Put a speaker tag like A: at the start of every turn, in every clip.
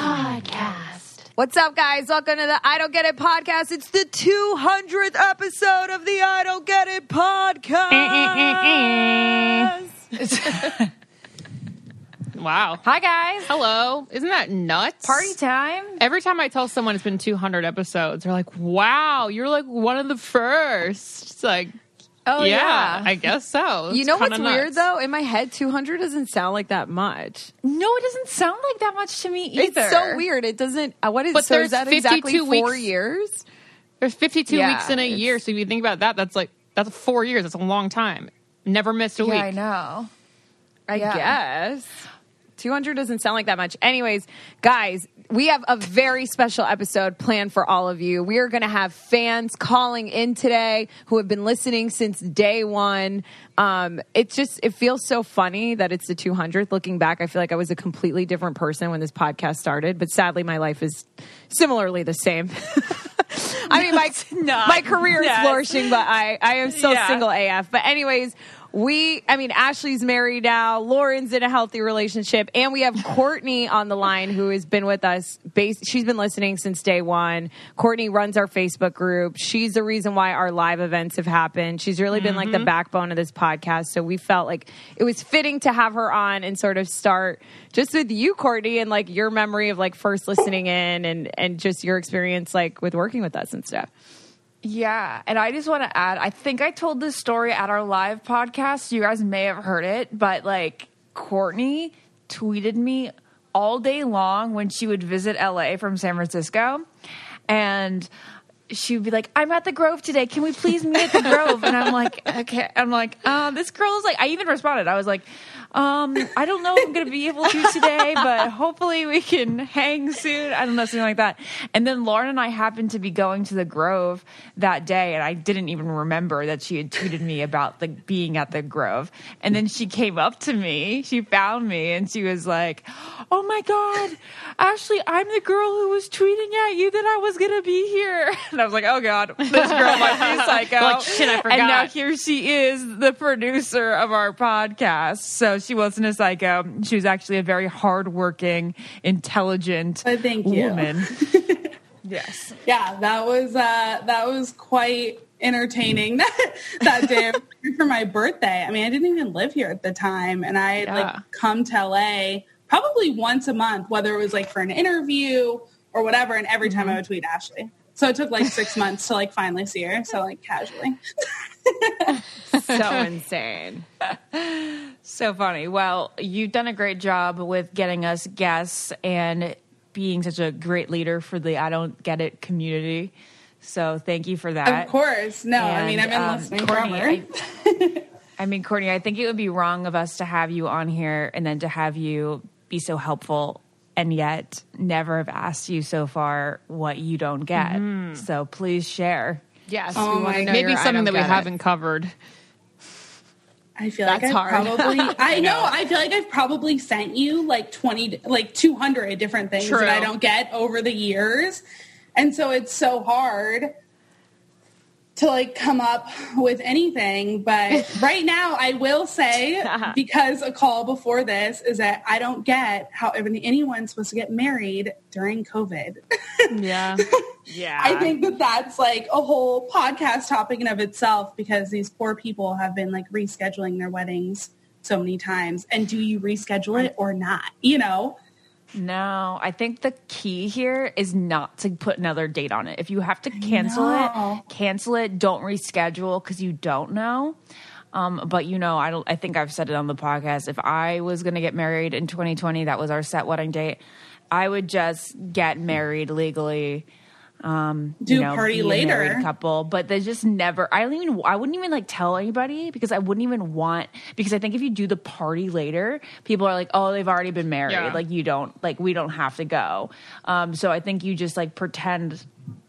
A: Podcast.
B: What's up, guys? Welcome to the I Don't Get It podcast. It's the 200th episode of the I Don't Get It podcast.
C: Wow.
B: Hi, guys.
C: Hello. Isn't that nuts?
B: Party time.
C: Every time I tell someone it's been 200 episodes, they're like, wow, you're like one of the first. It's like,
B: Oh,
C: yeah, I guess so.
B: you
C: It's
B: know
C: kinda
B: what's
C: nuts.
B: weird though? In my head, 200 doesn't sound like that much.
D: No, it doesn't sound like that much to me either.
B: It's so weird. It doesn't. uh, What is?
C: But
B: so
C: there's
B: is that exactly
C: 52
B: four
C: weeks.
B: years?
C: There's 52
B: Yeah,
C: weeks in a
B: it's-
C: year. So if you think about that, that's like, that's four years. That's a long time. Never missed a
D: Yeah,
C: week.
D: I know.
B: I
D: Yeah.
B: guess. 200 doesn't sound like that much. Anyways, guys, we have a very special episode planned for all of you. We are going to have fans calling in today who have been listening since day one. Um, it's just, it feels so funny that it's the 200th. Looking back, I feel like I was a completely different person when this podcast started, but sadly, my life is similarly the same. I mean, my
D: not.
B: my career is
D: Yes.
B: flourishing, but I I am still
D: Yeah.
B: single AF. But anyways, we I mean Ashley's married now. Lauren's in a healthy relationship, and we have Courtney on the line who has been with us. Based, she's been listening since day one. Courtney runs our Facebook group. She's the reason why our live events have happened. She's really been like the backbone of this podcast. So we felt like it was fitting to have her on and sort of start just with you, Courtney, and like your memory of like first listening in and and just your experience like with working with us and stuff.
D: Yeah. And I just want to add I think I told this story at our live podcast. You guys may have heard it, but like Courtney tweeted me all day long when she would visit LA from San Francisco. And she would be like, I'm at the Grove today. Can we please meet at the Grove? And I'm like, okay. I'm like, uh, this girl is like, I even responded. I was like, um, I don't know if I'm going to be able to today, but hopefully we can hang soon. I don't know, something like that. And then Lauren and I happened to be going to the Grove that day, and I didn't even remember that she had tweeted me about like being at the Grove. And then she came up to me, she found me, and she was like, "Oh my God, Ashley, I'm the girl who was tweeting at you that I was gonna be here." And I was like, "Oh God, this girl might be psycho."
C: Like, shit, I
D: And now
C: forgot.
D: here she is, the producer of our podcast. So she wasn't a psycho. She was actually a very hardworking, intelligent
E: Oh, thank you.
D: woman. yes.
E: yeah that was uh that was quite entertaining that that day for my birthday i mean i didn't even live here at the time and i had like
C: Yeah.
E: come to la probably once a month whether it was like for an interview or whatever and every
D: Mm-hmm.
E: time i would tweet ashley so it took like six months to like finally see her so like casually
B: so insane.
D: So funny. Well, you've done a great job with getting us guests and being such a great leader for the I Don't Get It community. So thank you for that.
E: of course no i mean i've
D: And,
E: been
D: um,
E: listening
D: Courtney,
E: forever
D: I- I mean, Courtney, I think it would be wrong of us to have you on here and then to have you be so helpful and yet never have asked you so far what you don't get. So please share.
C: Yes.
E: Oh
C: we wanna
E: my
C: know
E: God.
C: Maybe
E: I
C: something
D: don't
C: that we
D: get it.
C: haven't covered.
E: I feel
C: That's
E: like I
C: hard.
E: have probably I know. I feel like I've probably sent you like 20 like 200 different things
C: True.
E: that I don't get over the years. And so it's so hard to like come up with anything, but right now I will say because a call before this is that I don't get how any- anyone's supposed to get married during COVID.
C: Yeah.
D: Yeah.
E: I think that that's like a whole podcast topic in of itself because these poor people have been like rescheduling their weddings so many times. And do you reschedule it or not? You know,
D: No, I think the key here is not to put another date on it. If you have to cancel
E: know.
D: it, cancel it. Don't reschedule because you don't know. Um, but you know, I don't. I think I've said it on the podcast. If I was going to get married in 2020, that was our set wedding date. I would just get married legally. Um,
E: Do
D: you know,
E: party
D: be a
E: later.
D: married couple, but they just never. I don't even. I wouldn't even like tell anybody because I wouldn't even want because I think if you do the party later, people are like, oh, they've already been married.
C: Yeah.
D: Like you don't like we don't have to go. Um, so I think you just like pretend.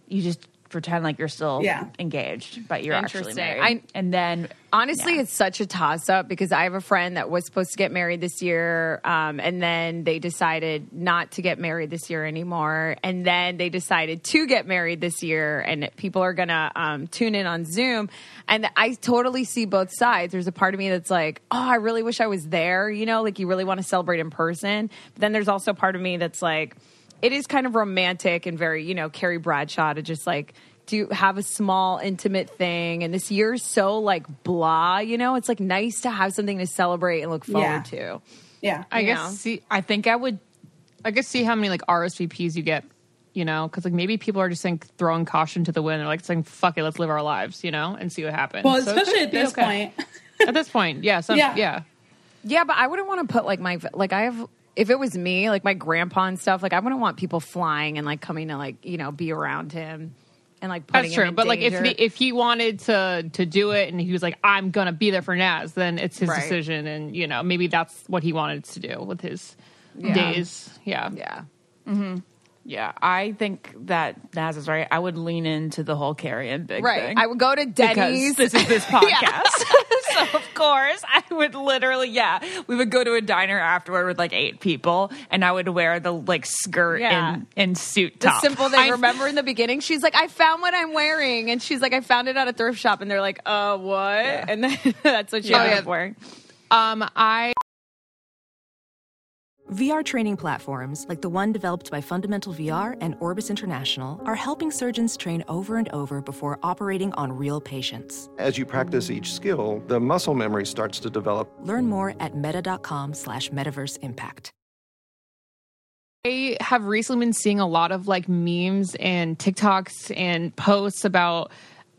D: You just pretend like you're still
E: Yeah.
D: engaged, but you're actually
B: Interesting.
D: married.
B: I-
D: and then
B: Honestly, it's such a toss up because I have a friend that was supposed to get married this year, um, and then they decided not to get married this year anymore, and then they decided to get married this year, and people are gonna um, tune in on Zoom, and I totally see both sides. There's a part of me that's like, oh, I really wish I was there, you know, like you really want to celebrate in person. But then there's also a part of me that's like, it is kind of romantic and very, you know, Carrie Bradshaw to just like do have a small intimate thing and this year's so like blah, you know, it's like nice to have something to celebrate and look forward
E: Yeah.
B: to.
E: Yeah.
C: I
B: Yeah.
C: guess see. I think I would. I guess see how many like RSVPs you get. You know, because like maybe people are just saying throwing caution to the wind. They're like saying, "Fuck it, let's live our lives," you know, and see what happens.
E: Well,
C: So it
E: especially
C: could
E: at
C: be
E: this
C: okay.
E: point.
C: At this point, yeah, some,
E: Yeah.
C: yeah,
B: Yeah, but I wouldn't want to put like my like I have if it was me, like my grandpa and stuff, like I wouldn't want people flying and like coming to like, you know, be around him and like putting
C: That's
B: him
C: true.
B: in
C: But like, if
B: danger.
C: the, if he wanted to to do it and he was like, "I'm gonna be there for Naz," then it's his
B: Right.
C: decision, and you know, maybe that's what he wanted to do with his
B: Yeah.
C: days. Yeah,
B: yeah.
F: Mm-hmm.
D: yeah, I think that Naz is right. I would lean into the whole Carrie and Big
B: Right.
D: thing.
B: I would go to
D: because
B: Denny's.
D: this is this podcast. so of course, I would literally, yeah, we would go to a diner afterward with like eight people, and I would wear the like skirt
B: Yeah.
D: and, and suit
B: the
D: top.
B: simple
D: I-
B: thing. Remember in the beginning, she's like, "I found what I'm wearing," and she's like, "I found it at a thrift shop," and they're like, "Uh, what?" And then that's what she
C: Yeah.
B: ended
C: Oh, yeah.
B: up wearing.
C: Um, I
G: VR training platforms like the one developed by Fundamental VR and Orbis International are helping surgeons train over and over before operating on real patients.
H: As you practice each skill, the muscle memory starts to develop.
G: Learn more at meta.com slash metaverse impact.
C: I have recently been seeing a lot of like memes and TikToks and posts about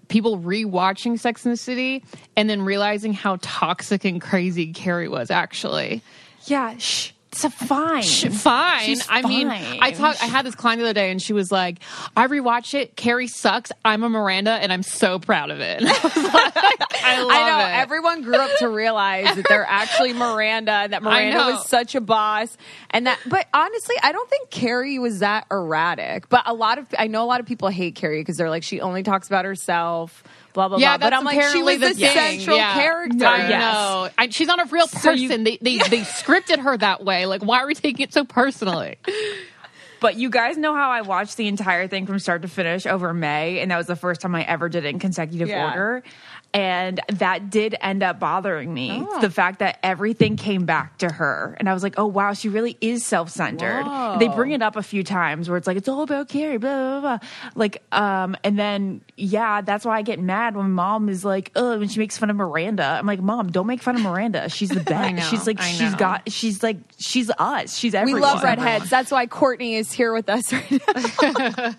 C: people rewatching Sex and the City and then realizing how toxic and crazy Carrie was actually.
D: yeah, shh, it's a fine.
C: Sh- fine.
D: She's
C: I mean, I
D: fine.
C: talked. I had this client the other day, and she was like, "I rewatched it. Carrie sucks. I'm a Miranda, and I'm so proud of it." And I, was like, I love
B: I know
C: it.
B: everyone grew up to realize that they're actually Miranda, and that Miranda
C: know.
B: was such a boss, and that. But honestly, I don't think Carrie was that erratic. But a lot of I know a lot of people hate Carrie because they're like she only talks about herself, blah blah
C: yeah,
B: blah. But
C: that's
B: I'm like she
C: apparently
B: was the,
C: the thing.
B: central
C: Yeah.
B: character.
C: I
D: Yes.
C: know. I, she's not a real
D: So
C: person.
D: you-
C: they they they scripted her that way. Like, why are we taking it so personally?
D: But you guys know how I watched the entire thing from start to finish over May, and that was the first time I ever did it in consecutive
B: Yeah.
D: order. And that did end up bothering me. The fact that everything came back to her. And I was like, oh, wow, she really is self centered. They bring it up a few times where it's like, it's all about Carrie, blah, blah, blah. Like, um, and then, yeah, that's why I get mad when mom is like, oh, when she makes fun of Miranda. I'm like, mom, don't make fun of Miranda. She's the best.
C: know,
D: she's like,
C: I
D: she's
C: know.
D: got, she's like, she's us. She's
B: We
D: everyone.
B: love redheads. That's why Courtney is here with us right now.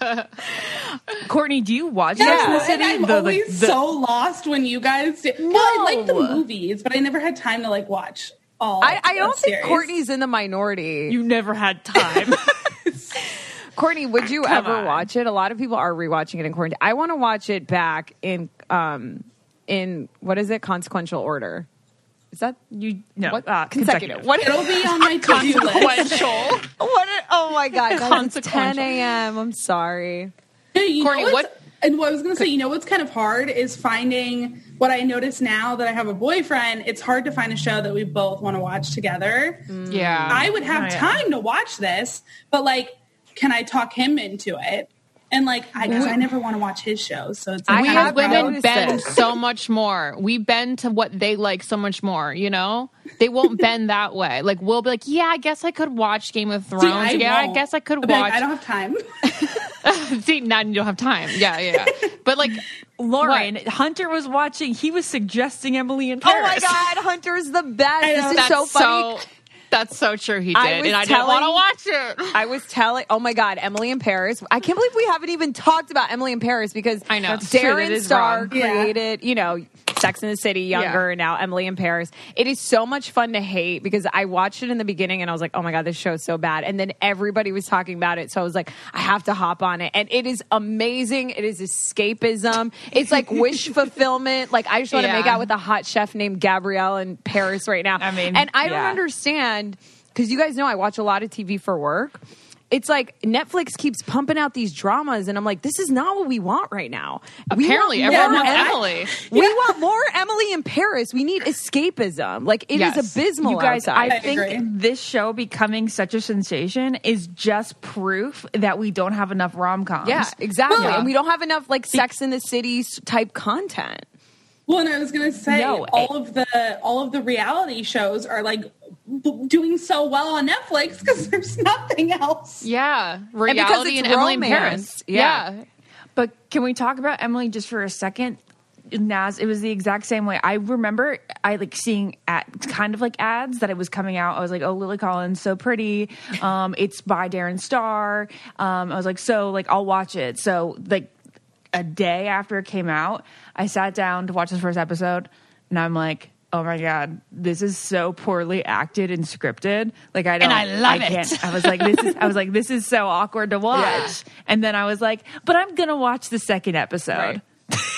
D: Courtney, do you watch
E: No,
D: Sex and the
E: and
D: City?
E: I'm
D: The- the-
E: always
D: the-
E: so lost when you guys. Do. Well, I like the movies, but I never had time to like watch all.
B: I, I
E: of
B: don't think
E: series.
B: Courtney's in the minority.
D: you never had time.
B: Courtney, would you
D: Come
B: ever
D: on.
B: watch it? A lot of people are rewatching it in quarantine. I want to watch it back in um in what is it? Consequential order. Is that
D: you no
B: what
D: uh,
B: consecutive? What?
E: It'll be on my to-do list.
D: Sequential.
B: what a- oh my god! guys, it's
C: Consequential.
B: 10 a.m. I'm sorry.
E: No, you
C: Courtney,
E: know what's-
C: what-
E: And what I was going to say, you know what's kind of hard is finding what I notice now that I have a boyfriend. It's hard to find a show that we both want to watch together.
B: Mm.
C: yeah,
E: I would have
D: yeah.
E: time to watch this, but like, can I talk him into it? And like, I guess I never want to watch his shows, so it's like
C: we as
E: kind of
B: have
C: women
E: problem.
B: noticed
C: bend
B: it.
C: so much more. We bend to what they like so much more. You know, they won't bend that way. Like we'll be like, yeah, I guess I could watch Game of Thrones.
E: See,
C: yeah, I
E: won't.
C: guess I could
E: I'll be like,
C: watch.
E: I don't have time.
C: See, now you don't have time. Yeah, yeah. yeah. but like,
D: Lauren
C: What?
D: Hunter was watching. He was suggesting Emily in
B: Oh my
D: Paris.
B: god, Hunter's the best. This is
C: that's
B: so
C: so,
B: funny.
C: That's so true. He did,
B: I was
C: and I
B: telling-
C: didn't want to watch it.
B: I was telling, oh my God, Emily in Paris. I can't believe we haven't even talked about Emily in Paris because
C: I know. That's true.
B: Darren
C: That is
B: Star
C: wrong.
E: Yeah.
B: created, you know, Sex in the City, younger, and now Emily in Paris. It is so much fun to hate because I watched it in the beginning and I was like, oh my God, this show's so bad. And then everybody was talking about it. So I was like, I have to hop on it. And it is amazing. It is escapism. It's like wish fulfillment. Like, I just want to
C: Yeah.
B: make out with a hot chef named Gabrielle in Paris right now.
D: I mean,
B: and I don't
D: yeah.
B: understand understand because you guys know I watch a lot of TV for work. It's like Netflix keeps pumping out these dramas, and I'm like, this is not what we want right now. We
C: Apparently,
B: want
C: everyone
B: more
C: wants
B: Em-
C: Emily.
B: We want more Emily in Paris. We need escapism. Like it is
C: Yes.
B: abysmal.
D: You guys,
B: outside.
E: I
D: I think
E: agree.
D: this show becoming such a sensation is just proof that we don't have enough rom coms.
B: yeah, exactly.
C: Yeah.
B: And we don't have enough like Sex in the City s- type content.
E: Well, and I was gonna say
D: No,
E: all of the all of the reality shows are like b- doing so well on Netflix because there's nothing else.
C: Yeah,
B: because
C: reality
B: it's
C: and, Emily in
B: romance.
C: Paris.
B: Yeah.
D: But can we talk about Emily just for a second? Nas, it was the exact same way. I remember I like seeing at kind of like ads that it was coming out. I was like, "Oh, Lily Collins, so pretty." Um, it's by Darren Star. Um, I was like, "So like I'll watch it." So like a day after it came out, I sat down to watch this first episode, and I'm like. Oh my god, this is so poorly acted and scripted. Like I don't,
C: I love it.
D: can't- I was like, this is. I was like, this is so awkward to watch. And then I was like, but I'm gonna watch the second episode.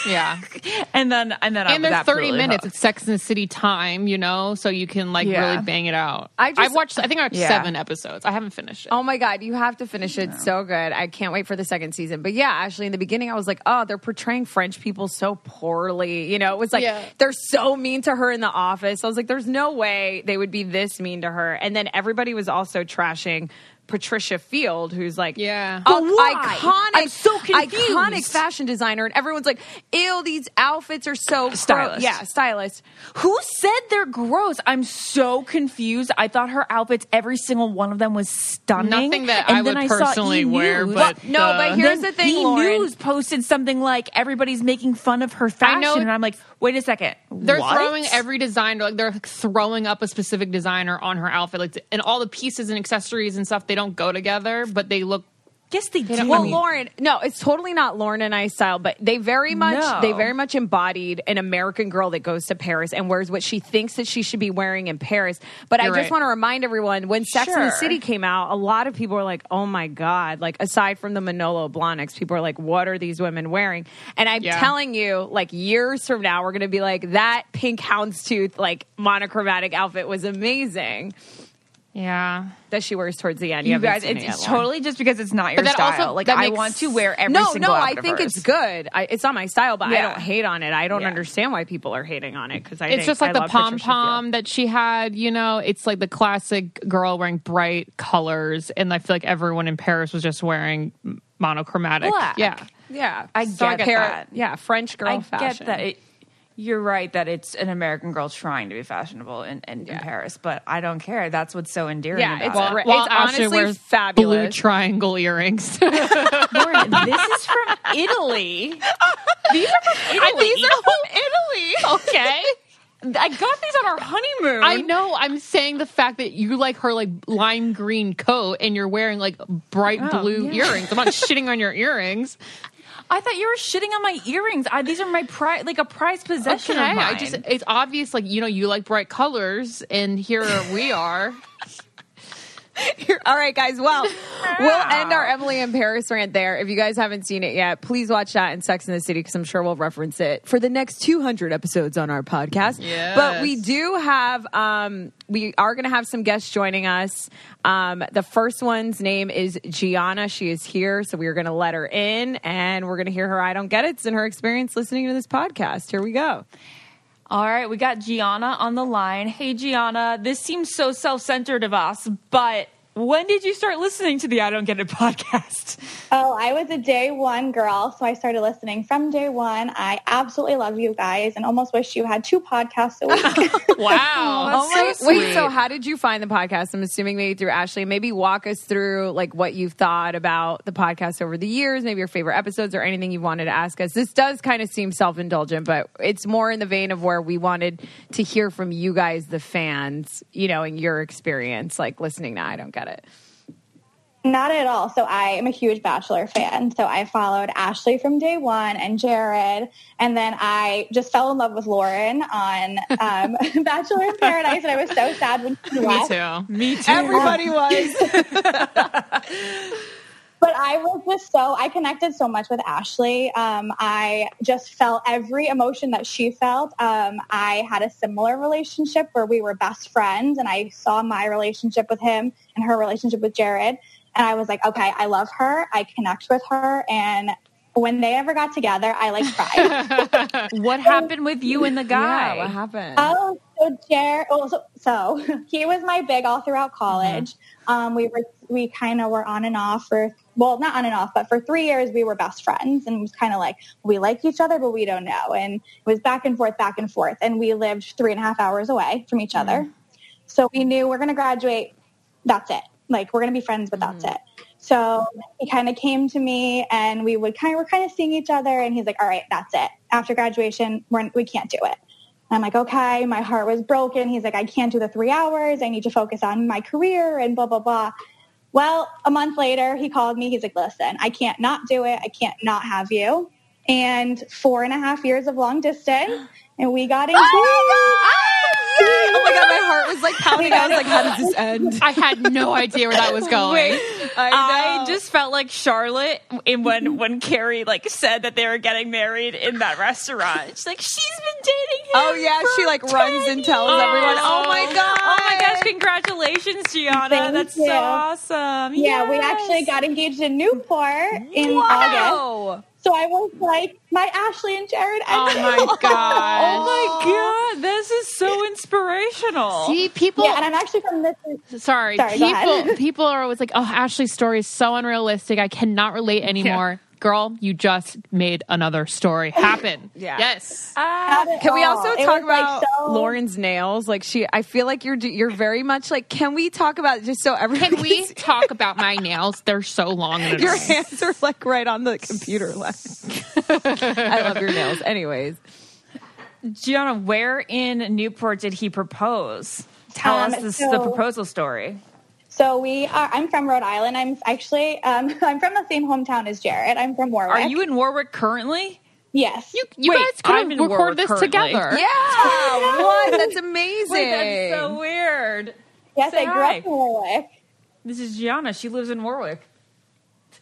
C: yeah.
D: And then and then I
C: And
D: was
C: they're 30
D: absolutely
C: minutes.
D: hooked.
C: It's Sex in the City time, you know, so you can like
D: Yeah.
C: really bang it out.
B: I
C: I
B: just-
C: have watched, I think I watched
D: Yeah.
C: seven episodes. I haven't finished it.
B: Oh my God, you have to finish it. So good. I can't wait for the second season. But yeah, actually, in the beginning, I was like, oh, they're portraying French people so poorly. You know, it was like,
C: Yeah.
B: they're so mean to her in the office. I was like, there's no way they would be this mean to her. And then everybody was also trashing. Patricia Field, who's like,
C: Yeah.
B: a-
C: But
D: why?
B: iconic,
D: I'm so
B: iconic
D: confused.
B: fashion designer, and everyone's like, "Ew, these outfits are so gross."
D: Stylist.
B: Yeah, stylist.
D: Who said they're gross? I'm so confused. I thought her outfits, every single one of them was stunning.
C: Nothing that
D: and
C: I
D: then
C: would
D: saw E!
C: personally wear,
D: News.
C: but,
B: no, but
C: uh,
B: here's
D: Then
B: the thing,
D: E!
B: Lauren.
D: News posted something like everybody's making fun of her
C: I
D: fashion,
C: know-
D: and I'm like, wait a second,
C: They're
D: what?
C: throwing every designer, like they're like, throwing up a specific designer on her outfit, like and all the pieces and accessories and stuff. They don't go together, but they look.
D: Yes, they do.
B: Well, Lauren, no, it's totally not Lauren and I style, but they very much
D: No.
B: they very much embodied an American girl that goes to Paris and wears what she thinks that she should be wearing in Paris. But I
C: You're
B: just
C: right.
B: want to remind everyone when Sex in the
D: Sure.
B: City came out, a lot of people were like, "Oh my god!" Like aside from the Manolo Blahniks, people are like, "What are these women wearing?" And I'm
C: Yeah.
B: telling you, like years from now, we're gonna be like that pink houndstooth like monochromatic outfit was amazing
C: Yeah,
B: that she wears towards the end.
D: you
B: haven't
D: guys,
B: seen it
D: it's,
B: yet,
D: it's
B: Lauren.
D: totally just because it's not your
C: that also-
D: style. like
C: that
D: I
C: makes-
D: want to wear every
B: no,
D: single.
B: no,
D: outfit
B: I
D: of
B: think
D: hers.
B: it's good. I, it's not my style, but I
D: Yeah.
B: don't hate on it. I don't
D: Yeah.
B: understand why people are hating on it because I.
C: it's
B: think-
C: just like
B: I
C: the
B: love
C: pom
B: Patricia
C: pom
B: Field.
C: that she had. You know, it's like the classic girl wearing bright colors, and I feel like everyone in Paris was just wearing monochromatic.
D: Black.
C: Yeah,
B: Yeah,
D: I
B: So
D: get
B: pair-
D: that.
B: Yeah, French girl
D: I get
B: fashion.
D: that. It, you're right that it's an American girl trying to be fashionable in, in, in Paris, but I don't care. That's what's so endearing.
B: Yeah,
D: about
B: it's
D: it.
B: great.
C: While
B: honestly
C: Asha wears blue
B: fabulous.
C: triangle earrings.
D: Lauren, this is from Italy. These are from Italy.
C: These are from Italy. Okay.
D: I got these on our honeymoon.
C: I know. I'm saying the fact that you like her like lime green coat and you're wearing like bright blue
D: Oh, yeah.
C: earrings. I'm not shitting on your earrings.
D: I thought you were shitting on my earrings. I, these are my pri- like a prized possession.
C: Okay.
D: of
C: I
D: mine.
C: just it's obvious like you know you like bright colors and here we are.
B: All right, guys. Well, we'll end our Emily in Paris rant there. If you guys haven't seen it yet, please watch that in Sex in the City because I'm sure we'll reference it for the next 200 episodes on our podcast. But we do have, um, we are going to have some guests joining us. Um, the first one's name is Gianna. She is here. So we are going to let her in and we're going to hear her I Don't Get It's and her experience listening to this podcast. Here we go.
D: All right, we got Gianna on the line. Hey, Gianna, this seems so self centered of us, but
I: When did you start listening to the I Don't Get It podcast?
J: Oh, I was a day one girl, so I started listening from day one. I absolutely love you guys and almost wish you had two podcasts a week.
C: Wow.
B: Oh my, wait, so how did you find the podcast? I'm assuming maybe through Ashley. Maybe walk us through like what you've thought about the podcast over the years, maybe your favorite episodes or anything you wanted to ask us. This does kind of seem self-indulgent, but it's more in the vein of where we wanted to hear from you guys, the fans, you know, and your experience like listening to I Don't Get It.
J: Not at all. So I am a huge Bachelor fan. So I followed Ashley from day one and Jared. And then I just fell in love with Lauren on um, Bachelor in Paradise. And I was so sad when she
C: Me
J: left.
C: too.
I: Me too.
B: Everybody was.
J: But I was just so I connected so much with Ashley. Um, I just felt every emotion that she felt. Um, I had a similar relationship where we were best friends, and I saw my relationship with him and her relationship with Jared, and I was like, okay, I love her. I connect with her, and when they ever got together, I like cried.
I: What happened with you and the guy?
B: Yeah, what happened?
J: Oh, so Jared. Oh, so, so he was my big all throughout
B: Mm-hmm.
J: college. Um, we were we kind of were on and off for well, not on and off, but for three years we were best friends, and it was kind of like we like each other, but we don't know. And it was back and forth, back and forth, and we lived three and a half hours away from each
B: Mm-hmm.
J: other. So we knew we're going to graduate. That's it. Like we're going to be friends, but that's
B: Mm-hmm.
J: it. So he kind of came to me, and we would kind of we're kind of seeing each other, and he's like, "All right, that's it. After graduation, we're, we can't do it." I'm like, okay, my heart was broken. He's like, I can't do the three hours. I need to focus on my career and blah, blah, blah. Well, a month later, he called me. He's like, listen, I can't not do it. I can't not have you. And four and a half years of long distance. And we got into
B: Oh my god, my heart was like pounding. I was like, how does this end?
C: I had no idea where that was going.
I: I, just felt like Charlotte in when when Carrie like said that they were getting married in that restaurant. She's like, she's been dating him.
B: Oh yeah, she like runs and tells everyone. Oh my god.
I: Oh my gosh! Congratulations, Gianna.
J: Thank
I: That's
J: you.
I: so awesome.
J: Yeah, we
I: Yes.
J: actually got engaged in Newport in August.
I: Wow.
J: So I was like, my Ashley and Jared.
C: Oh my god.
I: Oh my god, this is so inspirational.
C: See, people
J: Yeah, and I'm actually from this
C: sorry,
J: Sorry, go
C: people
J: ahead.
C: people are always like, "Oh, Ashley's story is so unrealistic. I cannot relate anymore." Girl, you just made another story happen.
B: Yeah. Uh,
C: Yes.
J: Not at
B: Can we
J: all.
B: also
J: It
B: talk
J: was, like,
B: about
J: so-
B: Lauren's nails? Like she, I feel like you're do- you're very much like. Can we talk about just so everyone
C: Can we
B: see-
C: talk about my nails? They're so long. And
B: Your
C: annoying.
B: hands are like right on the computer. Like. I love your nails. Anyways,
I: Gianna, where in Newport did he propose? Tell
J: Um,
I: us this, the
J: so-
I: proposal story.
J: So we are. I'm from Rhode Island. I'm actually. Um, I'm from the same hometown as Jared. I'm from Warwick.
I: Are you in Warwick currently?
J: Yes.
C: you you
I: Wait,
C: guys could
I: I'm in
C: have record
I: Warwick
C: this
I: currently.
C: together.
B: yeah, what? That's amazing.
I: Wait, that's so weird.
J: yes, I
I: Say
J: grew
I: hi.
J: up in Warwick.
I: This is Gianna. She lives in Warwick.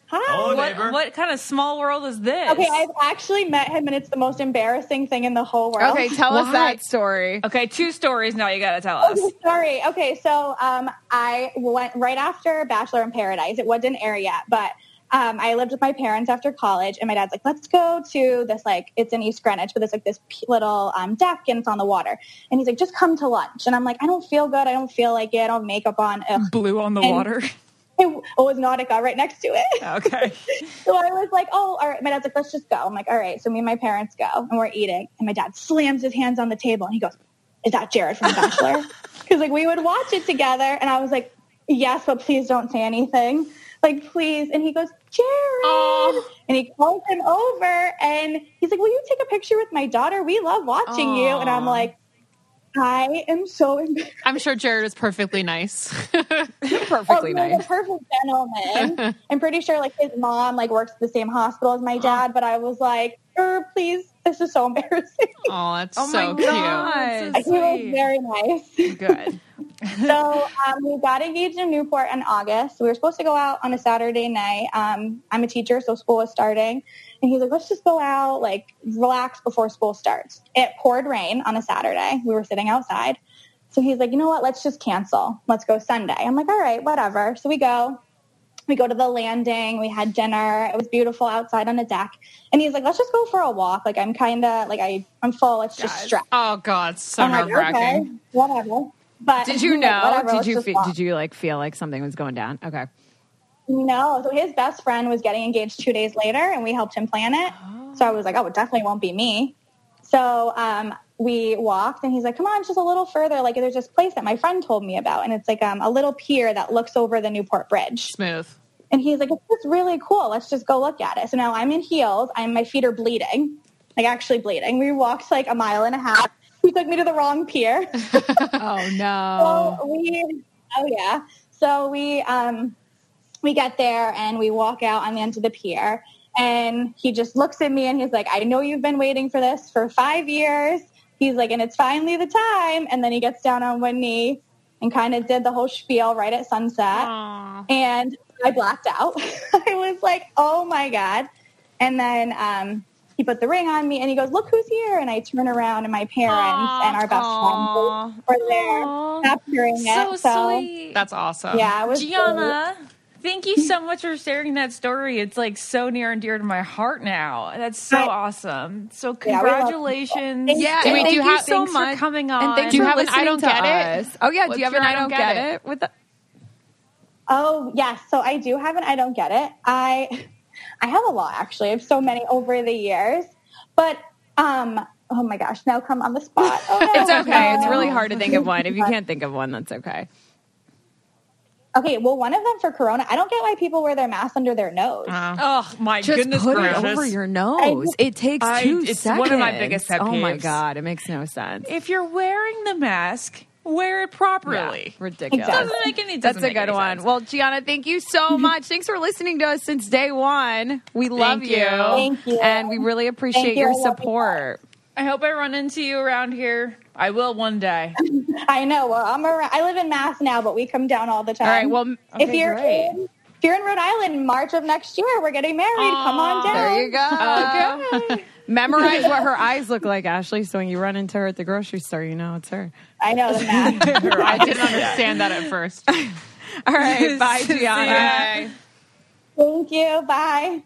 J: Hi.
K: Hello,
I: What,
K: neighbor.
I: what kind of small world is this?
J: Okay, I've actually met him, and it's the most embarrassing thing in the whole world.
B: Okay, tell us
C: Why?
B: that story.
I: Okay, two stories now you gotta tell us.
J: Okay, Oh, sorry. Okay, so um, I went right after Bachelor in Paradise. It wasn't air yet, but um, I lived with my parents after college, and my dad's like, "Let's go to this like it's in East Greenwich, but it's like this p- little um, deck and it's on the water." And he's like, "Just come to lunch," and I'm like, "I don't feel good. I don't feel like it. I don't have makeup on." Ugh.
I: Blue on the
J: And-
I: water.
J: It, it was Nautica right next to it.
I: Okay.
J: So I was like, oh, all right. My dad's like, let's just go. I'm like, all right. So me and my parents go and we're eating. And my dad slams his hands on the table and he goes, is that Jared from The Bachelor? Because like we would watch it together. And I was like, yes, but please don't say anything. Like, please. And he goes, Jared. And he calls him over and he's like, will you take a picture with my daughter? We love watching you. And I'm like, I am so embarrassed.
C: I'm sure Jared was perfectly nice.
B: Perfectly
J: Oh, he was
B: nice.
J: a perfect gentleman. I'm pretty sure like his mom like works at the same hospital as my dad, but I was like, er, please, this is so embarrassing.
C: oh, that's
B: Oh
C: so
B: my
C: cute.
B: god.
J: he was very nice.
B: Good.
J: so um, we got engaged in Newport in August. We were supposed to go out on a Saturday night. Um, I'm a teacher, so school was starting. And he's like, let's just go out, like relax before school starts. It poured rain on a Saturday. We were sitting outside. So he's like, you know what? Let's just cancel. Let's go Sunday. I'm like, all right, whatever. So we go we go to the landing we had dinner it was beautiful outside on a deck and he's like let's just go for a walk like i'm kind of like I, i'm full let's just stretch
C: Oh god, so
J: i'm like
C: nerve wracking.
J: okay whatever But
B: Did you
J: like,
B: know?
J: whatever,
B: did
J: let's
B: you
J: just
B: fe-
J: walk.
B: did you like feel like something was going down? Okay.
J: No. So his best friend was getting engaged two days later, and we helped him plan it. So I was like, oh, it definitely won't be me. So um, we walked, and he's like, come on, just a little further. Like, there's this place that my friend told me about, and it's like um, a little pier that looks over the Newport Bridge.
C: Smooth.
J: And he's like, it's just really cool. Let's just go look at it. So now I'm in heels. I'm my feet are bleeding, like actually bleeding. We walked like a mile and a half. He took me to the wrong pier.
C: Oh no.
J: So we, oh yeah. So we, um, we get there and we walk out on the end of the pier, and he just looks at me and he's like, "I know you've been waiting for this for five years." He's like, "And it's finally the time." And then he gets down on one knee and kind of did the whole spiel right at sunset, and I blacked out. I was like, "Oh my god!" And then. Um, he put the ring on me and he goes, Look who's here. And I turn around and my parents and our best friend are there capturing
I: So
J: it. So
I: sweet.
C: That's awesome.
J: yeah, it was
I: Gianna,
D: Thank you so much for sharing that story. It's like so near and dear to my heart now. That's so
J: I-
D: awesome. So
J: Yeah, we love people.
D: congratulations.
J: Thank
B: Yeah,
D: and
B: and
D: thank
B: do
D: you
B: have-
D: so
B: thanks for
D: much for coming on.
C: thanks
B: Do you
C: for
B: have an I
C: listening
B: don't
C: to
B: get
C: us.
B: it? Oh yeah,
C: What's
B: do you have
C: your
B: an I don't get, it? with the
J: Oh yes, so I do have an I don't get it. I I have a lot actually. I have so many over the years, but um, oh my gosh, now come on the spot. Oh, no.
B: It's okay. It's
J: Um,
B: really hard to think of one. If you can't think of one, that's okay.
J: Okay, well, one of them for Corona. I don't get why people wear their mask under their nose.
B: Uh,
I: oh my
B: Just
I: goodness
B: put
I: gracious.
B: it over your nose. It takes
I: I-
B: two
I: it's
B: seconds.
I: one of my biggest pet
B: Oh my
I: peeves.
B: god, it makes no sense.
I: if you're wearing the mask, wear it properly.
B: Ridiculous.
J: Exactly.
I: Doesn't make any.
B: That's
I: doesn't
B: a
I: make
B: good
I: any
B: one.
I: sense.
B: Well, Gianna, thank you so much. Thanks for listening to us since day one. We love
C: you.
J: Thank you.
B: And we really appreciate
J: you. I
B: your
J: love you guys.
B: support.
I: I hope I run into you around here.
D: I will one day.
J: I know. Well, I'm around. I live in Mass now, but we come down all the time.
B: All right, well,
J: if you're in, if you're in Rhode Island, in March of next year, we're getting married. Come on down.
B: Ah, There you go. Memorize what her eyes look like, Ashley. So when you run into her at the grocery store, you know it's her.
J: I know the mask.
C: I didn't understand that at first.
B: All right. Bye, Gianna.
J: Thank you. Bye.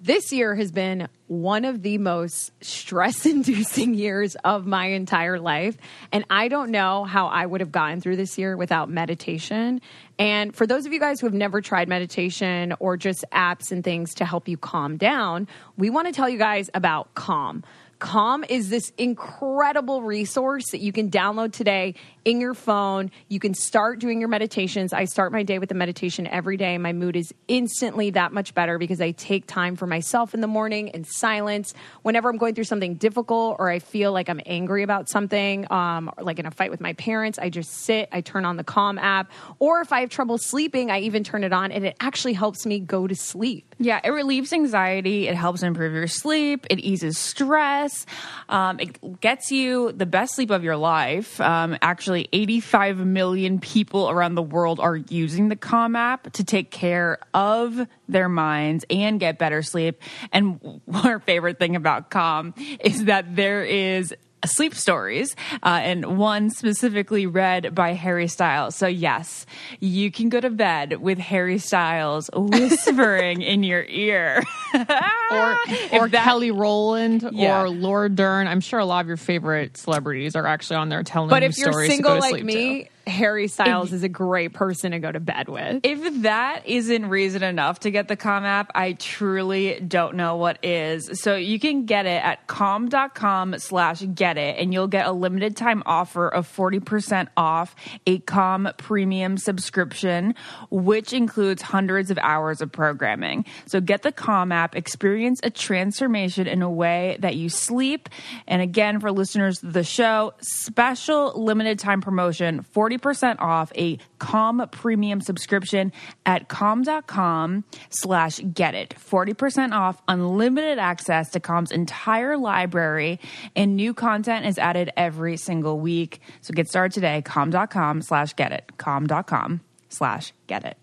B: This year has been one of the most stress inducing years of my entire life. And I don't know how I would have gotten through this year without meditation. And for those of you guys who have never tried meditation or just apps and things to help you calm down, we want to tell you guys about Calm. Calm is this incredible resource that you can download today in your phone. You can start doing your meditations. I start my day with a meditation every day. My mood is instantly that much better because I take time for myself in the morning and silence. Whenever I'm going through something difficult or I feel like I'm angry about something, um, or like in a fight with my parents, I just sit, I turn on the Calm app. Or if I have trouble sleeping, I even turn it on and it actually helps me go to sleep.
D: Yeah, it relieves anxiety. It helps improve your sleep. It eases stress. Um, it gets you the best sleep of your life. Um, actually, 85 million people around the world are using the Calm app to take care of their minds and get better sleep. And our favorite thing about Calm is that there is sleep stories, uh, and one specifically read by Harry Styles. So, yes, you can go to bed with Harry Styles whispering in your ear.
C: Or or
D: that-
C: Kelly Rowland
D: Yeah.
C: or Laura Dern. I'm sure a lot of your favorite celebrities are actually on there telling
B: But
C: you
B: if you're
C: stories to
B: single
C: go to
B: like
C: sleep
B: me, Harry Styles is a great person to go to bed with.
D: if that isn't reason enough to get the Calm app, I truly don't know what is. So you can get it at calm.com slash get it, and you'll get a limited time offer of 40% off a Calm premium subscription, which includes hundreds of hours of programming. So get the Calm app, experience a transformation in a way that you sleep. And again, for listeners of the show, special limited time promotion 40% off a Calm premium subscription at calm.com slash get it. 40% off unlimited access to Calm's entire library and new content is added every single week. So get started today, calm.com slash get it, calm.com slash get it.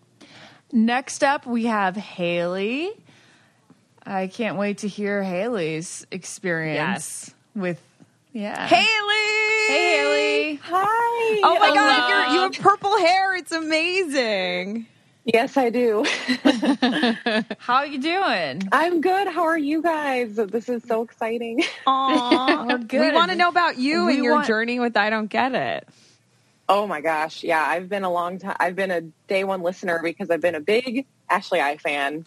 D: Next up, we have Haley. I can't wait to hear Haley's experience with, yeah.
B: Haley!
D: Hey, Haley.
J: Hi.
B: Oh my god, you're, you have purple hair. It's amazing.
K: Yes, I do.
D: How you doing?
K: I'm good. How are you guys? This is so exciting.
B: Aww.
D: good.
B: We want to know about you
D: We
B: and your
D: want-
B: journey with I Don't Get It.
K: Oh my gosh, yeah, I've been a long time. I've been a day one listener because I've been a big Ashley I fan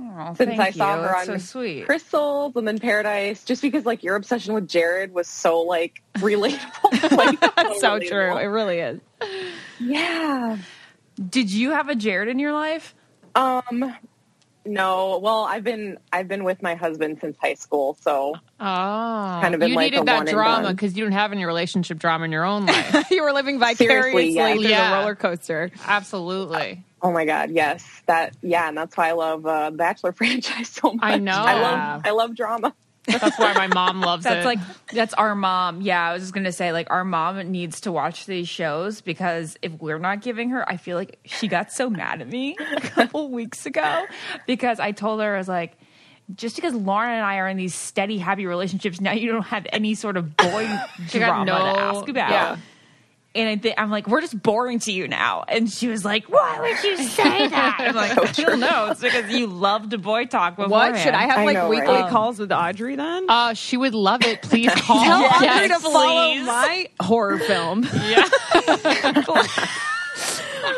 D: Oh,
K: since
D: thank
K: I saw
D: you.
K: her on
D: That's so sweet.
K: Crystals and then Paradise. Just because like your obsession with Jared was so like relatable.
B: so true. It really is.
K: yeah.
D: Did you have a Jared in your life?
K: Um, no. Well, I've been I've been with my husband since high school, so
C: Oh,
K: Kind of been
C: you
K: like a
C: needed that
K: one and
C: drama
K: done.
C: because you didn't have any relationship drama in your own life.
B: you were living vicariously
K: yes.
B: through
C: Yeah.
B: the roller coaster.
C: Absolutely.
K: Oh my God, yes, that yeah, and that's why I love uh, Bachelor franchise so much.
C: I know.
K: I love I love drama.
C: That's why my mom loves
D: That's
C: it.
D: like that's our mom. Yeah, I was just gonna say like our mom needs to watch these shows because if we're not giving her, I feel like she got so mad at me a couple weeks ago because I told her I was like, just because Lauren and I are in these steady, happy relationships, now you don't have any sort of boy
C: She got
D: drama to
C: no-
D: ask about.
C: yeah.
D: And I thi- I'm like, we're just boring to you now. And she was like, why would you say that? I'm like, you know, it's because you loved boy talk beforehand.
B: What should I have
K: I
B: like
K: know,
B: weekly
K: right?
B: calls with Audrey then?
C: uh, she would love it. Please call.
B: Tell
C: Yes.
B: Audrey to follow
I: please.
B: my horror film. wow!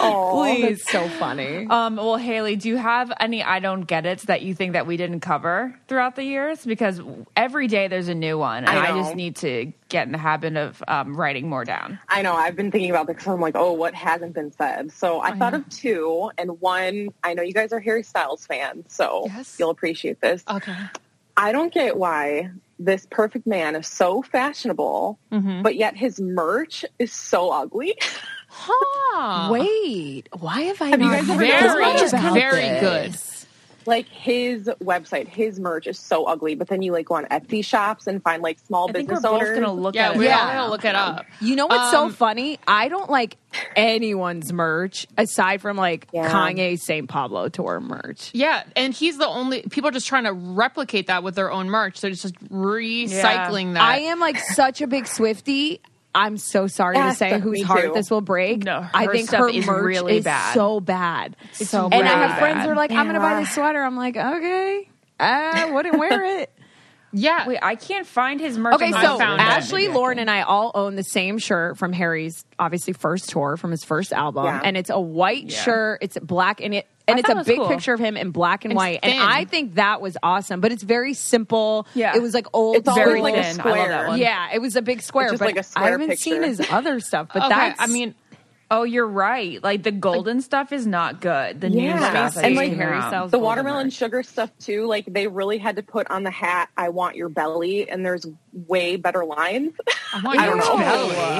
K: Oh,
B: Please, so funny.
D: Um, well, Haley, do you have any I don't get it that you think that we didn't cover throughout the years? Because every day there's a new one, and
K: I
D: I, just
K: know.
D: need to get in the habit of um, writing more down.
K: I know. I've been thinking about this because I'm like, oh, what hasn't been said? So
C: Oh,
K: I thought of two, and one. I know you guys are Harry Styles fans, so
C: Yes.
K: you'll appreciate this.
C: Okay.
K: I don't get why this perfect man is so fashionable,
C: Mm-hmm.
K: but yet his merch is so ugly.
C: Huh.
B: Wait, why have I
K: Have you
B: not
K: guys
B: heard
K: ever
B: this
C: Very,
B: much about
C: very
B: this?
C: good.
K: like his website, his merch is so ugly. But then you like go on Etsy shops and find like small
D: I think we're
K: business
D: both
K: owners.
D: going to look
C: Yeah,
D: at
C: we're
D: it.
C: all
B: Yeah.
C: gonna look it up.
B: You know what's
C: Um,
B: so funny? I don't like anyone's merch aside from like
K: Yeah.
B: Kanye's St. Pablo tour merch.
C: Yeah, and he's the only people are just trying to replicate that with their own merch. They're just recycling that.
B: I am like such a big Swifty. I'm so sorry to
K: Yes,
B: say whose
K: me
B: heart
K: too.
B: this will break.
D: No, her
B: I think
D: stuff
B: her
D: is
B: merch
D: really
B: is
D: bad.
B: so bad.
D: so
B: and I
D: really
B: have friends
D: bad.
B: who are like, I'm going to buy
K: Yeah.
B: this sweater. I'm like, okay, I wouldn't wear it.
C: yeah.
D: Wait, I can't find his merch.
B: Okay,
D: on my
B: so
D: phone.
C: found it.
B: Ashley, Lauren, and I all own the same shirt from Harry's obviously first tour from his first album,
K: Yeah.
B: and it's a white
D: Yeah.
B: shirt. It's black and it. And
D: I
B: it's
D: thought it
B: a
D: was
B: big
D: cool.
B: picture of him in black and,
C: It's
B: white.
C: thin.
B: And I think that was awesome, but it's very simple.
D: Yeah.
B: It was like old.
K: It's always
B: very
K: like a
D: thin. I
K: square.
D: love that one.
B: Yeah, it was a big square,
K: just
B: but
K: like a
B: I
K: square
B: haven't seen his
K: picture.
B: other stuff. But
C: okay,
B: that's,
C: I mean,
D: oh, you're right. Like the golden stuff is not good. The new stuff that
K: and
D: just
K: like
D: came
B: Harry
D: out.
B: sells-
K: the
B: Golden
K: watermelon
B: merch.
K: sugar stuff too. Like they really had to put on the hat. I want your belly, and there's way better lines.
C: I want
K: I don't know.
C: your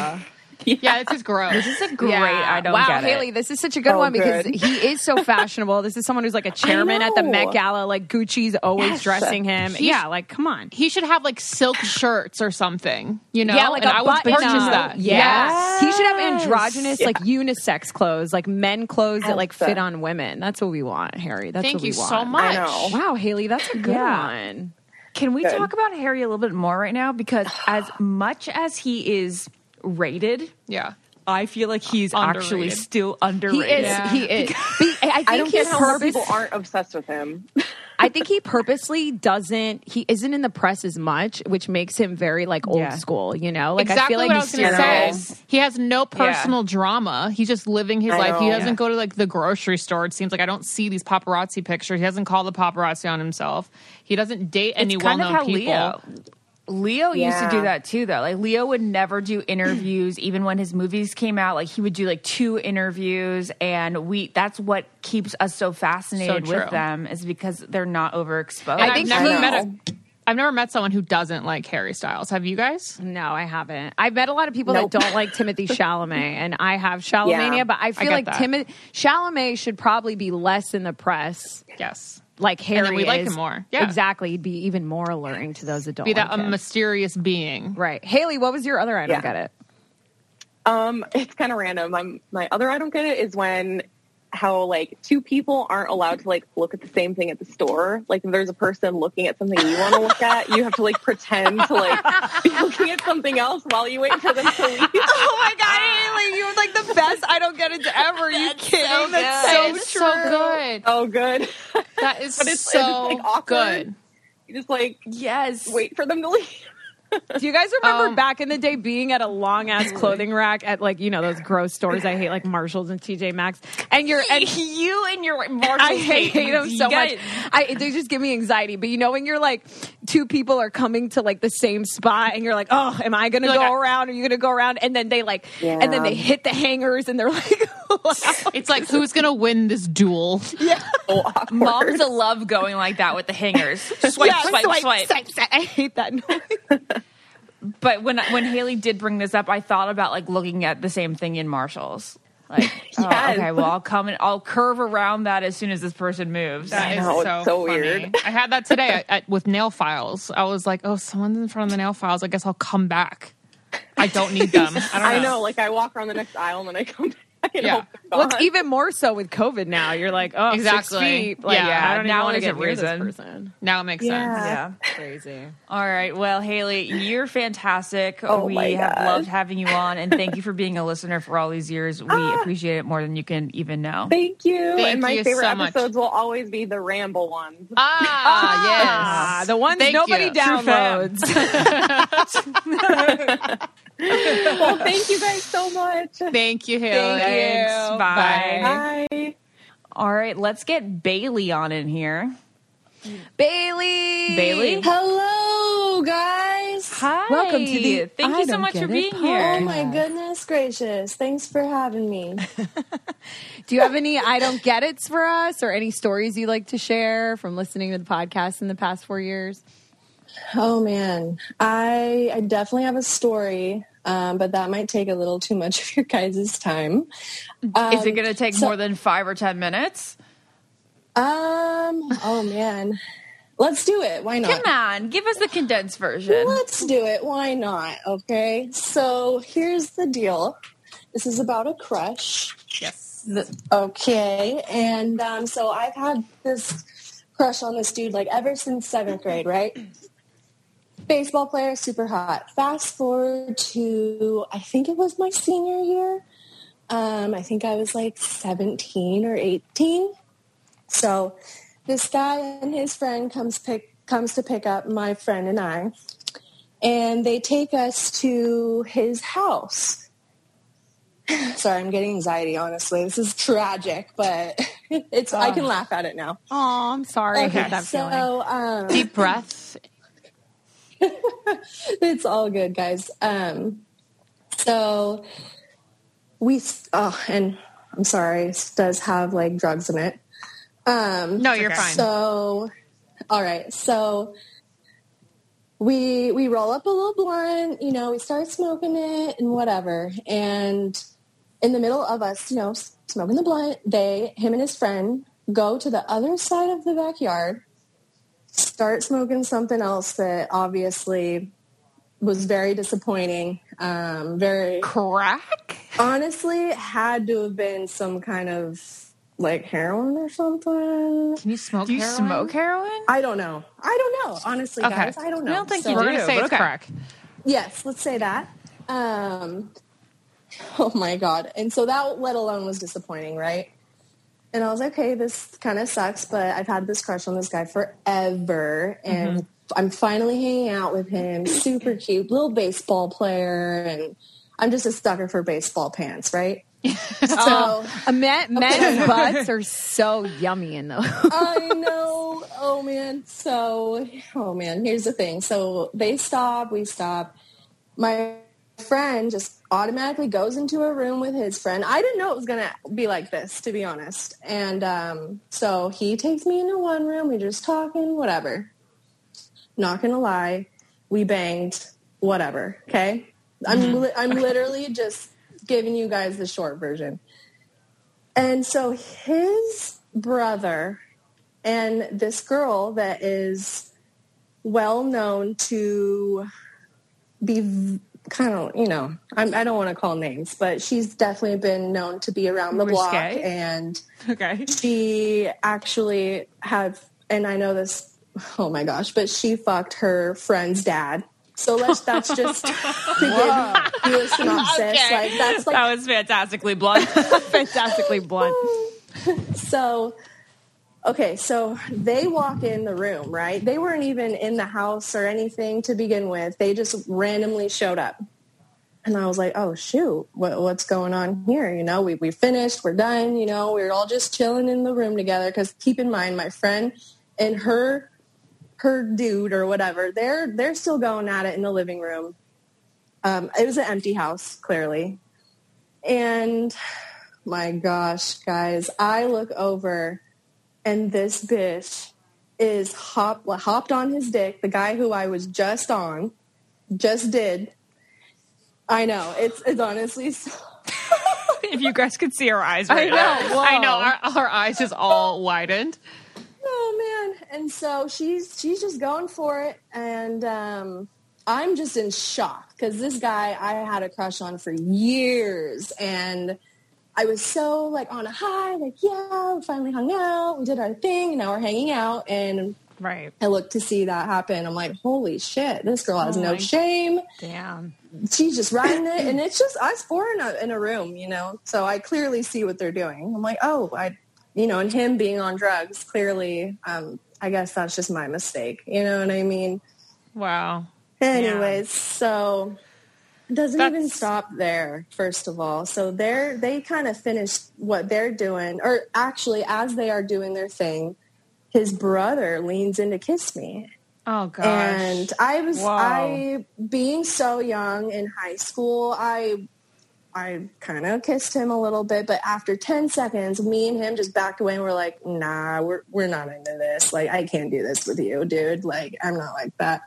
C: belly. Yeah, this is gross. This is
D: Great, I don't
B: wow,
D: get it.
B: Haley, this is such a good
K: So
B: one because
K: good.
B: he is so fashionable. this is someone who's like a chairman at the
K: know.
B: Met Gala. Like Gucci's always
K: Yes.
B: dressing him. yeah, like come on.
C: He should have like silk shirts or something. You know,
B: yeah, like
C: and
B: a
C: I would
B: button
C: purchase
B: up.
C: that.
B: Yes. he should have androgynous,
K: Yeah.
B: like unisex clothes, like men clothes that like
K: Elsa.
B: fit on women. That's what we want, Harry. That's
C: Thank
B: what we
C: you
B: want.
C: so much.
K: know.
B: Wow, Haley, that's a good
D: Yeah.
B: one.
D: Can we
K: Good.
D: talk about Harry a little bit more right now? Because as much as he is rated,
C: Yeah.
D: I feel like he's actually
C: Underrated.
D: still
B: He
D: underrated.
B: is. He is. Be- I think
K: I don't
B: he
K: get how more
B: purpose-
K: people aren't obsessed with him.
B: I think he purposely doesn't. He isn't in the press as much, which makes him very like old
D: Yeah.
B: school. You know, like
C: exactly
B: I feel like
C: what I was going to say.
B: serial-
C: is He has no personal drama. He's just living his
K: I
C: life. he
K: know.
C: doesn't go to like the grocery store. It seems like I don't see these paparazzi pictures. He doesn't call the paparazzi on himself. He doesn't date any
D: It's kind of
C: well-known
D: how
C: people.
D: Leo. Leo used to
K: Yeah.
D: do that too, though. Like Leo would never do interviews, even when his movies came out. Like he would do like two interviews, and we—that's what keeps us so fascinated
C: true.
D: with them is because they're not overexposed.
C: And I
B: think
C: have
B: he-
C: never met a, I've never met someone who doesn't like Harry Styles. Have you guys?
B: No, I haven't. I've met a lot of people
K: Nope.
B: that don't like Timothy Chalamet, and I have Chalamania,
K: Yeah,
B: but I feel
C: get
B: like
C: that.
B: Timothy Chalamet should probably be less in the press.
C: Yes.
B: Like Harry,
C: then we like
B: is.
C: him more. Yeah.
B: exactly. He'd be even more alluring to those that don't
C: Be that
B: like
C: a
B: him.
C: mysterious being.
B: right, Haley. What was your other? I don't
K: Yeah.
B: get it.
K: Um, it's kind of random. I'm, my other I don't get it is when how like two people aren't allowed to like look at the same thing at the store. Like if there's a person looking at something you want to look at, you have to like pretend to like be looking at something else while you wait for them to leave. Ah.
B: Oh my God, Haley, you were like the best. I don't get it ever. You kidding?
C: So, so good.
K: Oh, good.
C: That is
K: But it's- it's,
C: so
K: like, awkward.
C: good.
K: You just like
D: yes,
K: wait for them to leave.
B: Do you guys remember back in the day being at a long ass clothing rack at like you know those gross stores I hate like Marshalls and TJ Maxx and you're and
I: you and your Marshalls
B: I hate,
I: hate
B: them
I: you
B: so much.
I: guys.
B: I they just give me anxiety. But you know when you're like two people are coming to like the same spot and you're like, oh, am I gonna
C: You're
B: go
C: like, I-
B: around? Are you gonna go around? And then they like and then they hit the hangers and they're like,
C: It's like who's gonna win this duel?
D: Oh, Moms love going like that with the hangers. Swipe,
B: Yeah,
D: swipe, swipe,
B: swipe, swipe. I hate that noise.
D: But when when Haley did bring this up, I thought about like looking at the same thing in Marshalls. Like, oh,
K: Yes.
D: okay, well, I'll come and I'll curve around that as soon as this person moves.
C: That is
K: know, it's
C: so,
K: so
C: funny.
K: weird.
C: I had that today at, at- with nail files. I was like, oh, someone's in front of the nail files. I guess I'll come back. I don't need them. Um, I don't know.
K: I know. Like I walk around the next aisle and then I come back. And
C: Yeah.
K: hope they're
B: Well, it's
K: gone.
B: even more so with COVID now. You're like, oh, six
C: Exactly.
B: feet. Like,
C: Yeah.
B: I don't
D: Now
B: even want to
D: there's a
B: get near this
D: reason.
B: person.
C: Now it makes sense.
D: Yeah.
B: Crazy.
D: All right. Well, Haley, you're fantastic.
K: Oh
D: we
K: my
D: have
K: God.
D: loved having you on, and thank you for being a listener for all these years. We appreciate it more than you can even know.
K: Ah. Thank you.
C: Thank
K: and my
C: you
K: favorite
C: so much.
K: episodes will always be the ramble ones.
C: Ah, yes.
B: Ah, the ones
C: Thank
B: nobody
C: you. True
B: downloads.
K: well, thank you guys so much.
C: Thank you, Haley.
D: Thanks.
B: you.
D: Bye.
K: Bye.
D: All right. Let's get Bailey on in here.
B: Bailey.
D: Bailey?
L: Hello, guys.
D: Hi.
B: Welcome to the
D: Thank
B: I
D: you so
B: Don't
D: much
B: Get
D: for
B: It
D: being
L: Oh
D: here.
L: my goodness gracious. Thanks for having me.
B: Do you have any I don't get it's for us or any stories you like to share from listening to the podcast in the past four years?
L: Oh man, I, I definitely have a story, um, but that might take a little too much of your guys' time.
D: Is
K: Um,
D: it going to take more than five or 10 minutes?
L: Um, oh man, let's do it. Why not?
D: Come on. Give us the condensed version.
L: Let's do it. Why not? Okay. So here's the deal. This is about a crush.
C: Yes.
L: Okay. And um, so I've had this crush on this dude like ever since seventh grade, right? Baseball player, super hot. Fast forward to, I think it was my senior year. Um, I think I was like 17 or 18. So this guy and his friend comes pick comes to pick up my friend and I, and they take us to his house. Sorry, I'm getting anxiety. Honestly, this is tragic, but it's I can laugh at it now.
B: Oh, I'm sorry. I hate that
L: so
B: feeling.
L: um,
C: Deep breath.
L: it's all good, guys. Um, so we oh, and I'm sorry, this does have like drugs in it. Um,
C: No, you're fine.
L: So, all right. So we we roll up a little blunt. You know, we start smoking it and whatever. And in the middle of us, you know, s- smoking the blunt, they him and his friend go to the other side of the backyard, start smoking something else that obviously was very disappointing. Um, very
C: Crack?
L: honestly had to have been some kind of like heroin or something.
C: Can you smoke
D: Do you
C: heroin?
D: smoke heroin?
L: I don't know. I don't know. Honestly,
C: Okay.
L: guys, I don't know.
D: I don't think
L: So-
D: you
C: We're going
D: do,
C: to say
D: but
C: it's
D: okay.
C: crack.
L: Yes, let's say that. Um, oh my god! And so that, let alone, was disappointing, right? And I was like, okay, this kind of sucks, but I've had this crush on this guy forever, and I'm finally hanging out with him. Super cute, little baseball player, and I'm just a sucker for baseball pants, right? so
C: Oh.
B: A men, men's butts are so yummy in those.
L: I know. Oh man. So, oh man. Here's the thing. So they stop. We stop. My friend just automatically goes into a room with his friend. I didn't know it was gonna be like this, to be honest. And um, so he takes me into one room. We're just talking, whatever. Not gonna lie, we banged. Whatever. Okay. I'm
M: Mm-hmm.
L: li- I'm literally just giving you guys the short version. And so his brother and this girl that is well known to be v- kind of, you know, I'm, I don't want to call names, but she's definitely been known to be around the block.
D: Risque.
L: And
D: Okay.
L: she actually had, and I know this, oh my gosh, but she fucked her friend's dad. So let's, that's just to give you a synopsis. Like that's like
D: That was fantastically blunt.
B: Fantastically blunt.
L: so Okay, so they walk in the room, right? They weren't even in the house or anything to begin with. They just randomly showed up. And I was like, oh, shoot, what, what's going on here? You know, we, we finished, we're done, you know, we are all just chilling in the room together. Because keep in mind, my friend and her her dude or whatever, they're they're still going at it in the living room. Um, it was an empty house, clearly. And my gosh, guys, I look over and this bitch is hop well, hopped on his dick. The guy who I was just on, just did. I know it's it's honestly. So-
I: if you guys could see our eyes
C: I
I: right
C: know.
I: now.
C: I know. Our, our eyes just all widened.
L: oh man! And so she's she's just going for it, and um, I'm just in shock because this guy I had a crush on for years, and I was so like on a high, like yeah, we finally hung out, we did our thing, and now we're hanging out, and
C: right,
L: I look to see that happen. I'm like, holy shit, this girl has
C: Oh
L: no
C: my-
L: shame.
C: Damn.
L: She's just riding it, and it's just us four in a, in a room, you know. So I clearly see what they're doing. I'm like, oh, I, you know, and him being on drugs, clearly, um, I guess that's just my mistake. You know what I mean?
C: Wow.
L: Anyways, so it doesn't even stop there, first of all. So they're they kind of finished what they're doing, or actually as they are doing their thing, his brother leans in to kiss me.
C: Oh gosh.
L: And I was
C: Whoa.
L: I being so young in high school, I I kind of kissed him a little bit, but after 10 seconds, me and him just backed away and we're like, "Nah, we're we're not into this. Like I can't do this with you, dude. Like I'm not like that."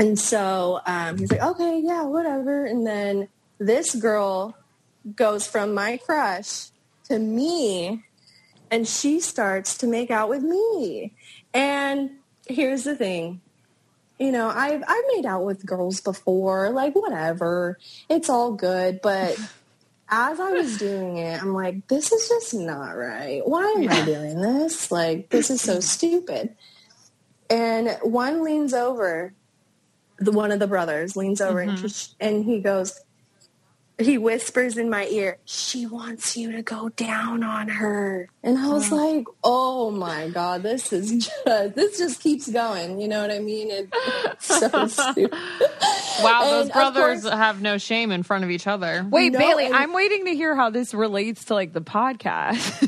L: And so um, he's like, "Okay, yeah, whatever." And then this girl goes from my crush to me and she starts to make out with me. And here's the thing. You know, I've I've made out with girls before, like whatever. It's all good, but as I was doing it, I'm like, this is just not right. Why am I doing this? Like this is so stupid. And one leans over, the one of the brothers leans over and
B: Mm-hmm.
M: Mhm.
L: and he goes, he whispers in my ear, she wants you to go down on her. And I was like, oh my God, this is just, this just keeps going. You know what I mean? It- It's so stupid.
C: Wow,
L: And
C: those
L: of
C: brothers
L: course-
C: have no shame in front of each other.
B: Wait, Bailey, I'm waiting to hear how this relates to like the podcast.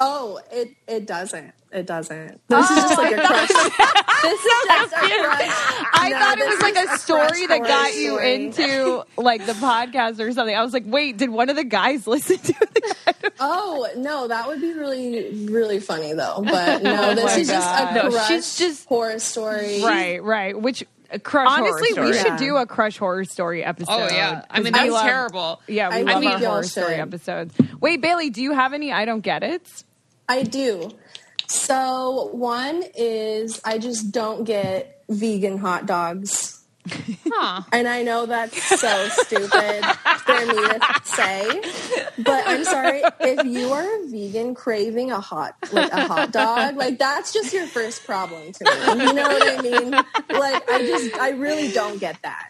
L: Oh, it, it doesn't. It doesn't. This
B: Oh
L: is just like a crush. this is just a crush.
B: I
L: No,
B: thought it
L: this
B: was like
L: is
B: a
L: crush
B: story that
L: horror
B: got you
L: story.
B: into like the podcast or something. I was like, wait, did one of the guys listen to it?
L: Oh no, that would be really, really funny though. But no,
B: Oh
L: this
B: my
L: is just
B: God.
L: a
B: No,
L: crush
B: she's
L: horror story.
B: Right, right. Which uh, crush
L: Honestly,
B: horror story.
L: we should Yeah.
B: do a crush horror story episode.
C: Oh, yeah. I
B: 'Cause
C: mean,
B: we
C: that's
B: love-
C: terrible.
B: Yeah, we
C: I
B: love
C: mean,
B: our
C: y'all
B: horror story
C: should.
B: episodes. Wait, Bailey, do you have any I don't get it?
L: I do. So one is I just don't get vegan hot dogs. And I know that's so stupid for me to say, but I'm sorry if you are a vegan craving a hot like a hot dog, like that's just your first problem to me. You know what I mean? Like I just I really don't get that.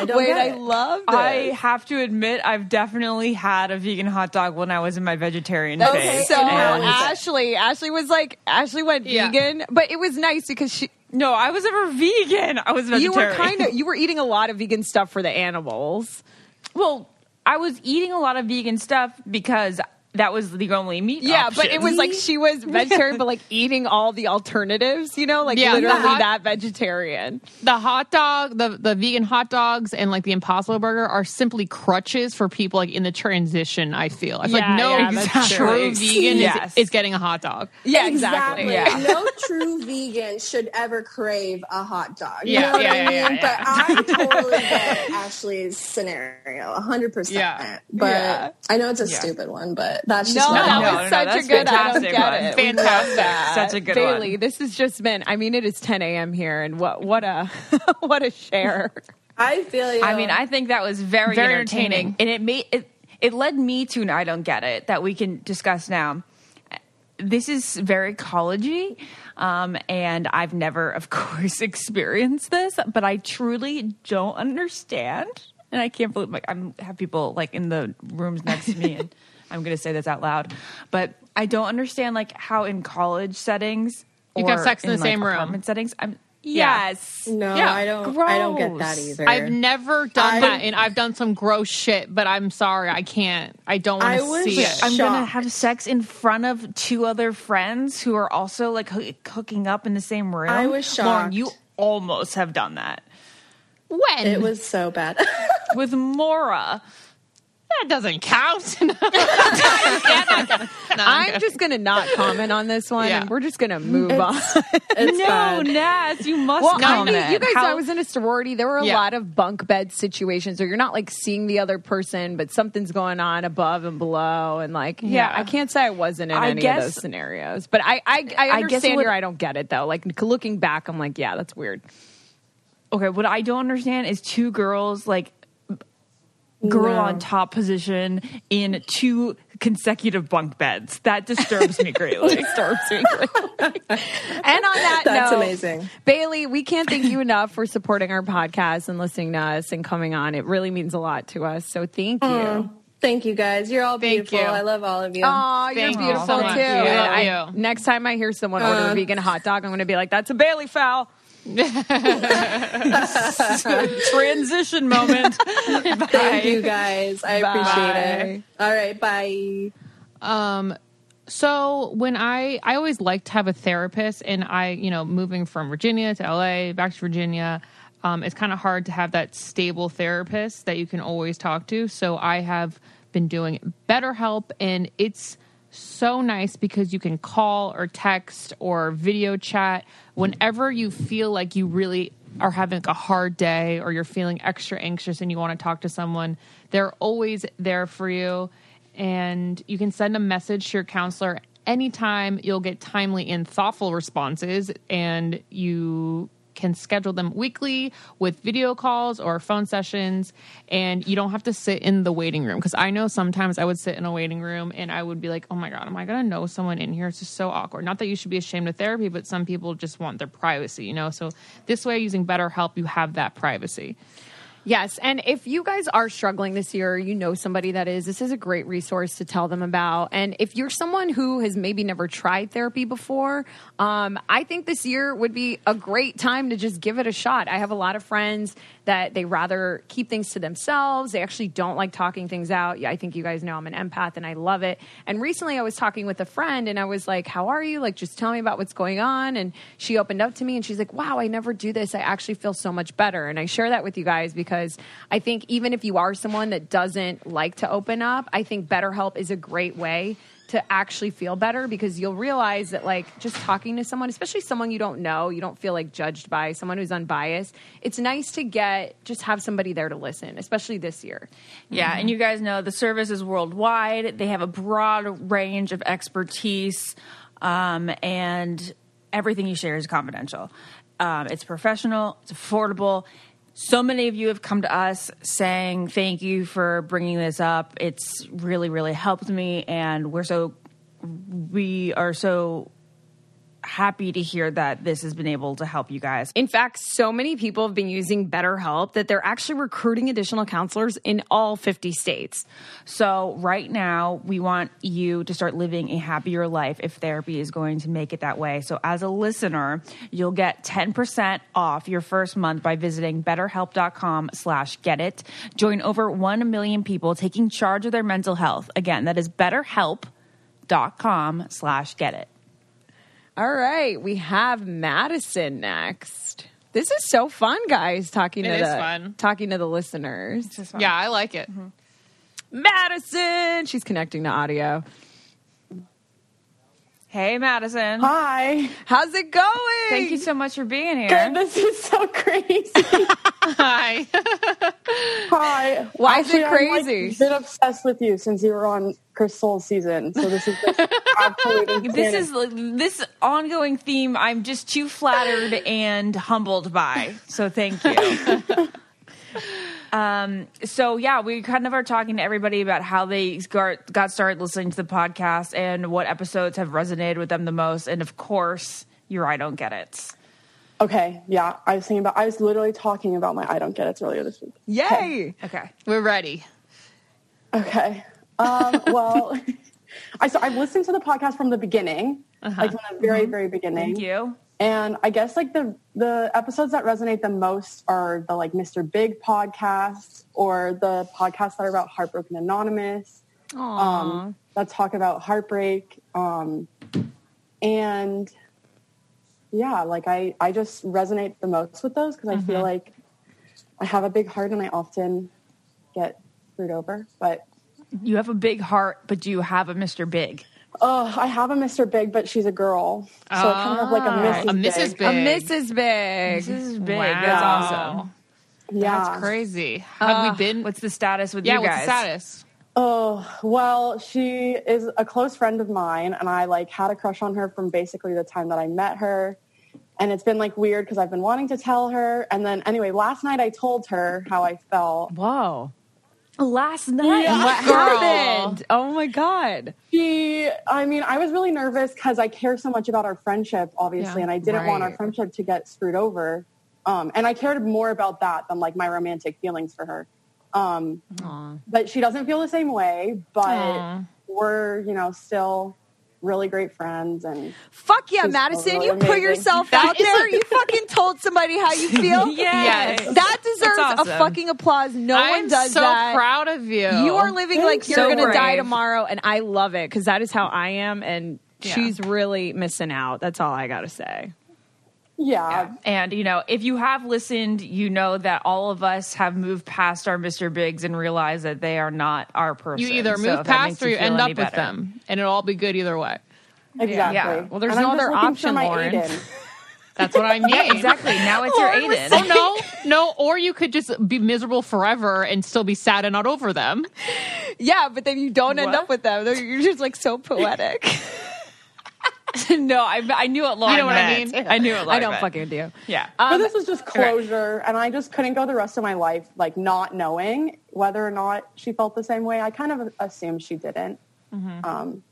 L: I don't get it.
I: I have to admit, I've definitely had a vegan hot dog when I was in my vegetarian phase.
B: so
I: and-
B: Ashley, Ashley was like, Ashley went vegan, but it was nice because she.
I: No, I was ever vegan. I was
B: You were
I: vegetarian.
B: kind of you were eating a lot of vegan stuff for the animals.
I: Well, I was eating a lot of vegan stuff because that was the only meat.
B: Yeah, but it
I: option.
B: was like she was vegetarian, but like eating all the alternatives. You know, like
C: Yeah,
B: literally
C: the hot-
B: that vegetarian.
C: The hot dog, the, the vegan hot dogs and like the Impossible Burger are simply crutches for people like in the transition, I feel. I feel
I: Yeah,
C: like no
I: yeah, that's
C: true
I: true.
C: vegan
I: Yes.
C: is, is getting a hot dog.
L: Like, No true vegan should ever crave a hot dog. you
C: Yeah,
L: know what
C: yeah,
L: I
C: yeah, yeah,
L: mean?
C: yeah.
L: But I totally get Ashley's scenario, 100%.
C: Yeah.
L: But
C: Yeah.
L: I know it's a
C: Yeah.
L: stupid one, but that's
B: No,
L: just what I
B: that
L: know.
B: was such a good. I don't
I: fantastic
B: get
I: one.
B: it. We love
I: Fantastic.
B: that.
I: Such a good
B: Bailey,
I: one.
B: this has just been. I mean, it is 10 a.m. here, and what what a what a share.
L: I feel you.
I: I mean, I think that was very,
C: Very
I: entertaining.
C: entertaining.
I: and it made it. It led me to an I don't get it that we can discuss now. This is very collegey, um, and I've never, of course, experienced this, but I truly don't understand, and I can't believe like I'm have people like in the rooms next to me and
D: I'm going to say this out loud, but I don't understand like how in college settings
C: You can have sex in the same room.
D: apartment settings. I'm
C: Yeah.
D: yes.
M: No,
C: Yeah,
M: I don't. I don't get that
C: gross.
M: either.
C: I've never done
M: I-
C: that, and I've done some gross shit. But I'm sorry, I can't. I don't
M: I
C: want
M: was
C: to see it.
D: I'm gonna
M: shocked.
D: have sex in front of two other friends who are also like hoo- hooking up in the same room.
M: I was
D: Lauren,
M: shocked.
D: you almost have done that
C: When
M: It was so bad.
D: with Mora.
C: that doesn't count.
B: I'm just going to not comment on this one,
C: Yeah.
B: and we're just going to move on.
M: it's
D: no,
M: bad.
D: Naz, you must
B: Well, I
D: comment.
B: mean, you guys,
D: How-
B: I was in a sorority. There were a
C: Yeah.
B: lot of bunk bed situations where you're not like seeing the other person, but something's going on above and below, and like, yeah,
D: Yeah.
B: I can't say I wasn't in
D: I
B: any of
D: guess-
B: those scenarios. But I, I, I
D: I guess
B: understand
D: what-
B: your. I don't get it though. Like looking back, I'm like, yeah, that's weird.
D: okay, what I don't understand is two girls like girl on top position in two consecutive bunk beds. That disturbs me greatly. disturbs me
B: And on that
M: That's
B: note,
M: amazing.
B: Bailey, we can't thank you enough for supporting our podcast and listening to us and coming on. It really means a lot to us. So thank you.
M: Thank you guys. You're all
C: Thank
M: beautiful.
C: you.
M: I love all of you.
B: Aw, you're
C: Thank you
B: beautiful
C: so
B: too.
C: much. We
B: And
C: love
B: I-
C: you.
B: next time I hear someone order a vegan hot dog, I'm going to be like, "That's a Bailey foul."
D: Transition moment.
M: Thank you guys. I appreciate
B: Bye.
M: it. All right, bye.
C: Um, so when I I always liked to have a therapist, and I you know moving from Virginia to LA back to Virginia, um, it's kind of hard to have that stable therapist that you can always talk to. So I have been doing BetterHelp, and it's so nice because you can call or text or video chat whenever you feel like you really are having like a hard day or you're feeling extra anxious and you want to talk to someone. They're always there for you and you can send a message to your counselor anytime. You'll get timely and thoughtful responses, and you can schedule them weekly with video calls or phone sessions. And you don't have to sit in the waiting room because I know sometimes I would sit in a waiting room and I would be like, "Oh my god, am I gonna know someone in here?" It's just so awkward. Not that you should be ashamed of therapy, but some people just want their privacy, you know. So this way, using BetterHelp, you have that privacy.
B: Yes, and if you guys are struggling this year, you know somebody that is, this is a great resource to tell them about. And if you're someone who has maybe never tried therapy before, um, I think this year would be a great time to just give it a shot. I have a lot of friends that they rather keep things to themselves. They actually don't like talking things out. Yeah, I think you guys know I'm an empath and I love it. And recently I was talking with a friend and I was like, How are you? Like, just tell me about what's going on. And she opened up to me and she's like, Wow, I never do this. I actually feel so much better. And I share that with you guys because I think even if you are someone that doesn't like to open up, I think BetterHelp is a great way to actually feel better because you'll realize that like just talking to someone especially someone you don't know you don't feel like judged by someone who's unbiased it's nice to get just have somebody there to listen especially this year
D: Yeah, and you guys know Uh, the service is worldwide. They have a broad range of expertise, um, and everything you share is confidential. Um, it's professional, it's affordable. So many of you have come to us saying, Thank you for bringing this up. It's really, really helped me, and we're so, we are so happy to hear that this has been able to help you guys.
B: In fact, so many people have been using BetterHelp that they're actually recruiting additional counselors in all 50 states.
D: So, right now, we want you to start living a happier life if therapy is going to make it that way. So, as a listener, you'll get 10% off your first month by visiting betterhelp.com slash get it. Join over 1 million people taking charge of their mental health. Again, that is betterhelp.com slash get it.
B: All right, we have Madison next. This is so fun, guys, talking
C: It
B: to
C: is
B: the
C: fun.
B: talking to the listeners.
C: Yeah, I like it.
B: Madison, she's connecting to audio.
D: Hey, Madison.
M: Hi.
B: How's it going?
D: Thank you so much for being here.
M: Good. This is so crazy.
C: Hi.
M: Hi.
B: Why is it
M: Actually, I'm,
B: crazy?
M: like, been obsessed with you since you were on Crystal's season. So this is like, absolute
D: This
M: insanity.
D: is this ongoing theme. I'm just too flattered and humbled by. So thank you. um. So yeah, we kind of are talking to everybody about how they got got started listening to the podcast and what episodes have resonated with them the most. And of course, your I don't get it.
M: okay. Yeah, I was thinking about. I was literally talking about my I don't get it earlier this week.
B: Yay!
D: Okay.
C: We're ready.
M: Okay. Um, well, I so I've listened to the podcast from the beginning,
D: Uh-huh.
M: like from the very
D: Mhm.
M: very beginning.
D: Thank you.
M: And I guess like the the episodes that resonate the most are the like Mr. Big podcasts or the podcasts that are about heartbroken anonymous.
C: Aw.
M: Um, that talk about heartbreak. Um, and yeah, like I I just resonate the most with those because I feel like I have a big heart and I often get screwed over, but.
D: You have a big heart, but you have a Mr. Big.
M: Oh, I have a Mr. Big, but she's a girl. So I kind of have like
D: Ah,
M: a Mrs.
D: a Mrs.
M: Big.
D: Big.
B: Mrs. Big.
D: Mrs. Big.
M: Wow.
D: That's awesome.
M: Yeah.
C: That's crazy. Have we been?
D: What's the status with
C: yeah,
D: you
C: what's
D: guys?
C: the status?
M: Oh, well, she is a close friend of mine and I like had a crush on her from basically the time that I met her. And it's been like weird because I've been wanting to tell her. And then anyway, last night I told her how I felt.
B: Whoa.
D: Last
M: night.
B: And what happened? Oh my god.
M: She, I mean, I was really nervous because I care so much about our friendship,
B: Yeah,
M: obviously, and I didn't want our
B: right.
M: friendship to get screwed over. Um, and I cared more about that than like my romantic feelings for her. Um, but she doesn't feel the same way, but
B: Aw.
M: we're, you know, still really great friends and
B: Fuck yeah,
M: She's
B: Madison.
M: really
B: you put
M: amazing.
B: yourself
M: That
B: out
M: is
B: there.
M: a-
B: you fucking told somebody how you feel.
C: Yes.
B: That
C: That's
B: deserves a
C: awesome.
B: fucking applause. No
C: I'm
B: one does
C: so
B: that.
C: proud of you.
B: You are living like
C: Thank
B: you're
C: you.
B: going to
C: So
B: die
C: brave.
B: tomorrow, and I love it because that is how I am, and
D: Yeah.
B: she's really missing out. That's all I got to say.
M: Yeah.
D: And, you know, if you have listened, you know that all of us have moved past our Mr. Bigs and realize that they are not our person.
C: You either
D: So
C: move
D: if that makes
C: past or you
D: feel
C: end
D: any
C: up with
D: better.
C: them, and it'll all be good either way.
M: Exactly.
D: Yeah. Well, there's
M: And
D: no
M: I'm just
D: other
M: looking for
D: option,
M: my
D: Lauren.
M: Aiden.
C: That's what I mean.
D: Yeah, exactly. Now it's your
C: Lauren was
D: Aiden.
C: saying- Oh no, no. Or you could just be miserable forever and still be sad and not over them.
B: Yeah, but then you don't end up with them. They're- You're just like so poetic.
D: no, I, I knew what Lauren
B: You know what I
D: meant.
B: mean?
D: I knew what Lauren
B: I don't
D: meant.
B: fucking do.
D: Yeah.
B: Um,
M: but this was just closure, and I just couldn't go the rest of my life like not knowing whether or not she felt the same way. I kind of assumed she didn't, um,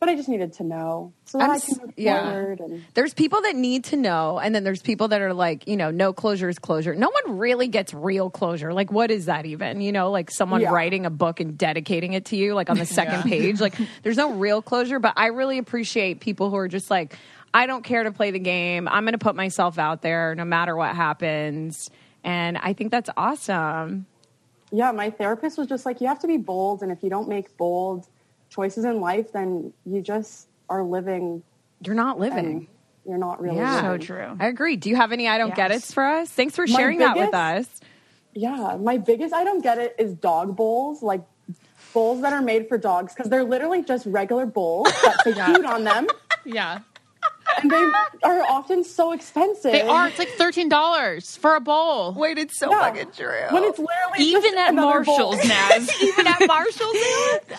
M: but I just needed to know so that
B: Mm-hmm. I'm
M: i
B: s-
M: can move
B: yeah.
M: forward. And
B: There's people that need to know, and then there's people that are like, you know, no closure is closure. No one really gets real closure. Like, what is that even? You know, like someone
M: Yeah.
B: writing a book and dedicating it to you, like on the second page. Like, there's no real closure, but I really appreciate people who are just like, I don't care to play the game. I'm going to put myself out there no matter what happens. And I think that's awesome.
M: yeah, my therapist was just like, you have to be bold, and if you don't make bold choices in life, then you just are living.
B: You're not living.
M: and You're not really.
B: Yeah.
M: living.
B: I agree. Do you have any I don't get it's for us? Thanks for
M: My
B: sharing that with us.
M: biggest- Yeah, my biggest I don't get it is dog bowls, like bowls that are made for dogs because they're literally just regular bowls that say food on them,
C: Yeah.
M: and they are often so expensive.
C: They are. It's like thirteen dollars for a bowl.
B: Wait, it's so
M: Yeah.
B: fucking true.
M: When it's literally
D: Even
M: just
D: at
M: another bowl.
D: Marshall's, Naz. Even at Marshall's,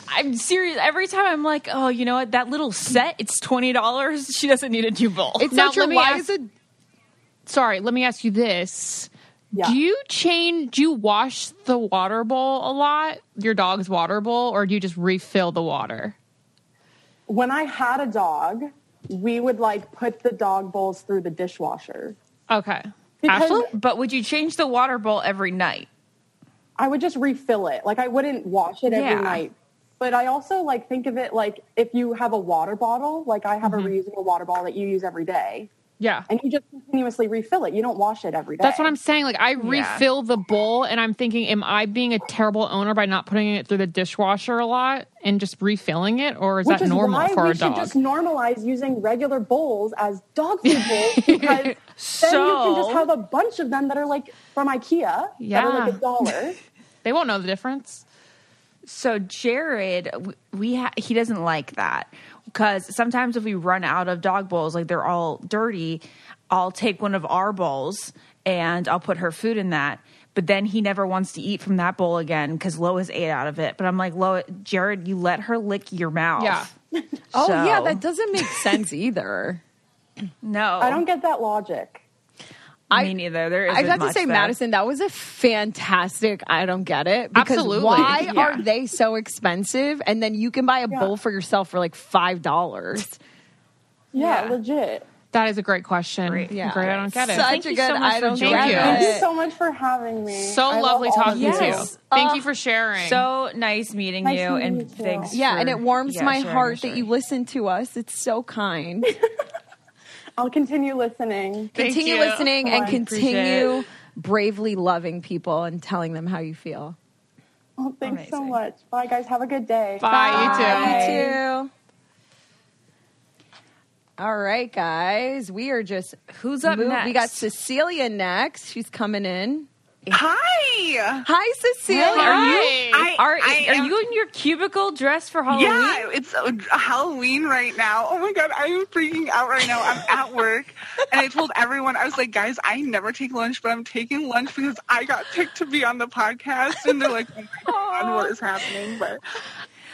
D: I'm serious. Every time I'm like, oh, you know what? That little set, it's twenty dollars. She doesn't need a new bowl.
C: It's now, let me ask, Sorry, let me ask you this.
M: Yeah.
C: Do you change do you wash the water bowl a lot, your dog's water bowl, or do you just refill the water?
M: When I had a dog, we would like put the dog bowls through the dishwasher.
C: Okay.
M: Because-
C: Ashley?
D: But would you change the water bowl every night?
M: I would just refill it. Like I wouldn't wash it every
D: Yeah.
M: night. But I also like think of it like if you have a water bottle, like I have a reusable water bottle that you use every day.
C: Mm-hmm. Yeah.
M: And you just continuously refill it. You don't wash it every day.
C: That's what I'm saying. Like I refill the bowl and I'm thinking, am I being a terrible owner by not putting it through the dishwasher a lot and just refilling it? Or is
M: Which
C: that
M: is
C: normal
M: why
C: for
M: we
C: a dog?
M: should just normalize using regular bowls as dog food bowls because then you can
C: So-
M: just have a bunch of them that are like from IKEA that are like
C: Yeah.
M: a dollar.
C: they won't know the difference.
D: So Jared, w- we ha- he doesn't like that because sometimes if we run out of dog bowls, like they're all dirty, I'll take one of our bowls and I'll put her food in that. But then he never wants to eat from that bowl again because Lois ate out of it. But I'm like, Lois, Jared, you let her lick your mouth.
C: Yeah.
B: Oh yeah,
D: So-
B: that doesn't make sense either.
D: no,
M: I don't get that logic.
D: me neither. There is.
B: I have to say, Madison, that was a fantastic. I don't get it because
C: Absolutely.
B: why
D: Yeah.
B: are they so expensive? And then you can buy a bowl for yourself for like five dollars.
M: Yeah, legit.
C: That is a great question. Great,
B: Yeah.
C: Great, I don't get it.
B: Such
C: Thank
B: a
C: you
B: good
C: so much
B: I
C: for
B: don't
C: joining
B: get
C: us.
B: it.
M: Thank you so much for having me.
C: So
M: I love
C: lovely
M: all of
C: talking
M: you.
C: to you.
B: Yes.
C: Thank
B: Oh,
C: you for sharing.
I: Uh, So nice meeting
M: Nice
I: you,
M: meeting you,
I: and
M: too.
I: thanks.
B: Yeah,
I: for-
B: and it warms
I: yeah,
B: my
I: sharing
B: heart
I: your
B: that you listen to us. It's so kind.
M: I'll continue listening.
C: Thank
B: continue
C: you. Oh,
B: listening and
M: Oh, I
I: appreciate
B: continue bravely loving people and telling them how you feel.
M: Oh, thanks so
I: Amazing.
M: much. Bye, guys. Have a good day.
C: Bye. You too.
B: Bye. You too. All right, guys. We are just
I: Who's up next?
B: We got Cecilia next. She's coming in.
F: Hi.
B: Hi, Cecilia.
C: Hi.
F: I,
I: Are,
F: I
I: are
F: am-
I: you in your cubicle dress for Halloween?
F: Yeah, it's uh, Halloween right now. Oh my god, I am freaking out right now. I'm at work, and I told everyone I was like, guys, I never take lunch, but I'm taking lunch because I got picked to be on the podcast, and they're like, oh my god, what is happening? But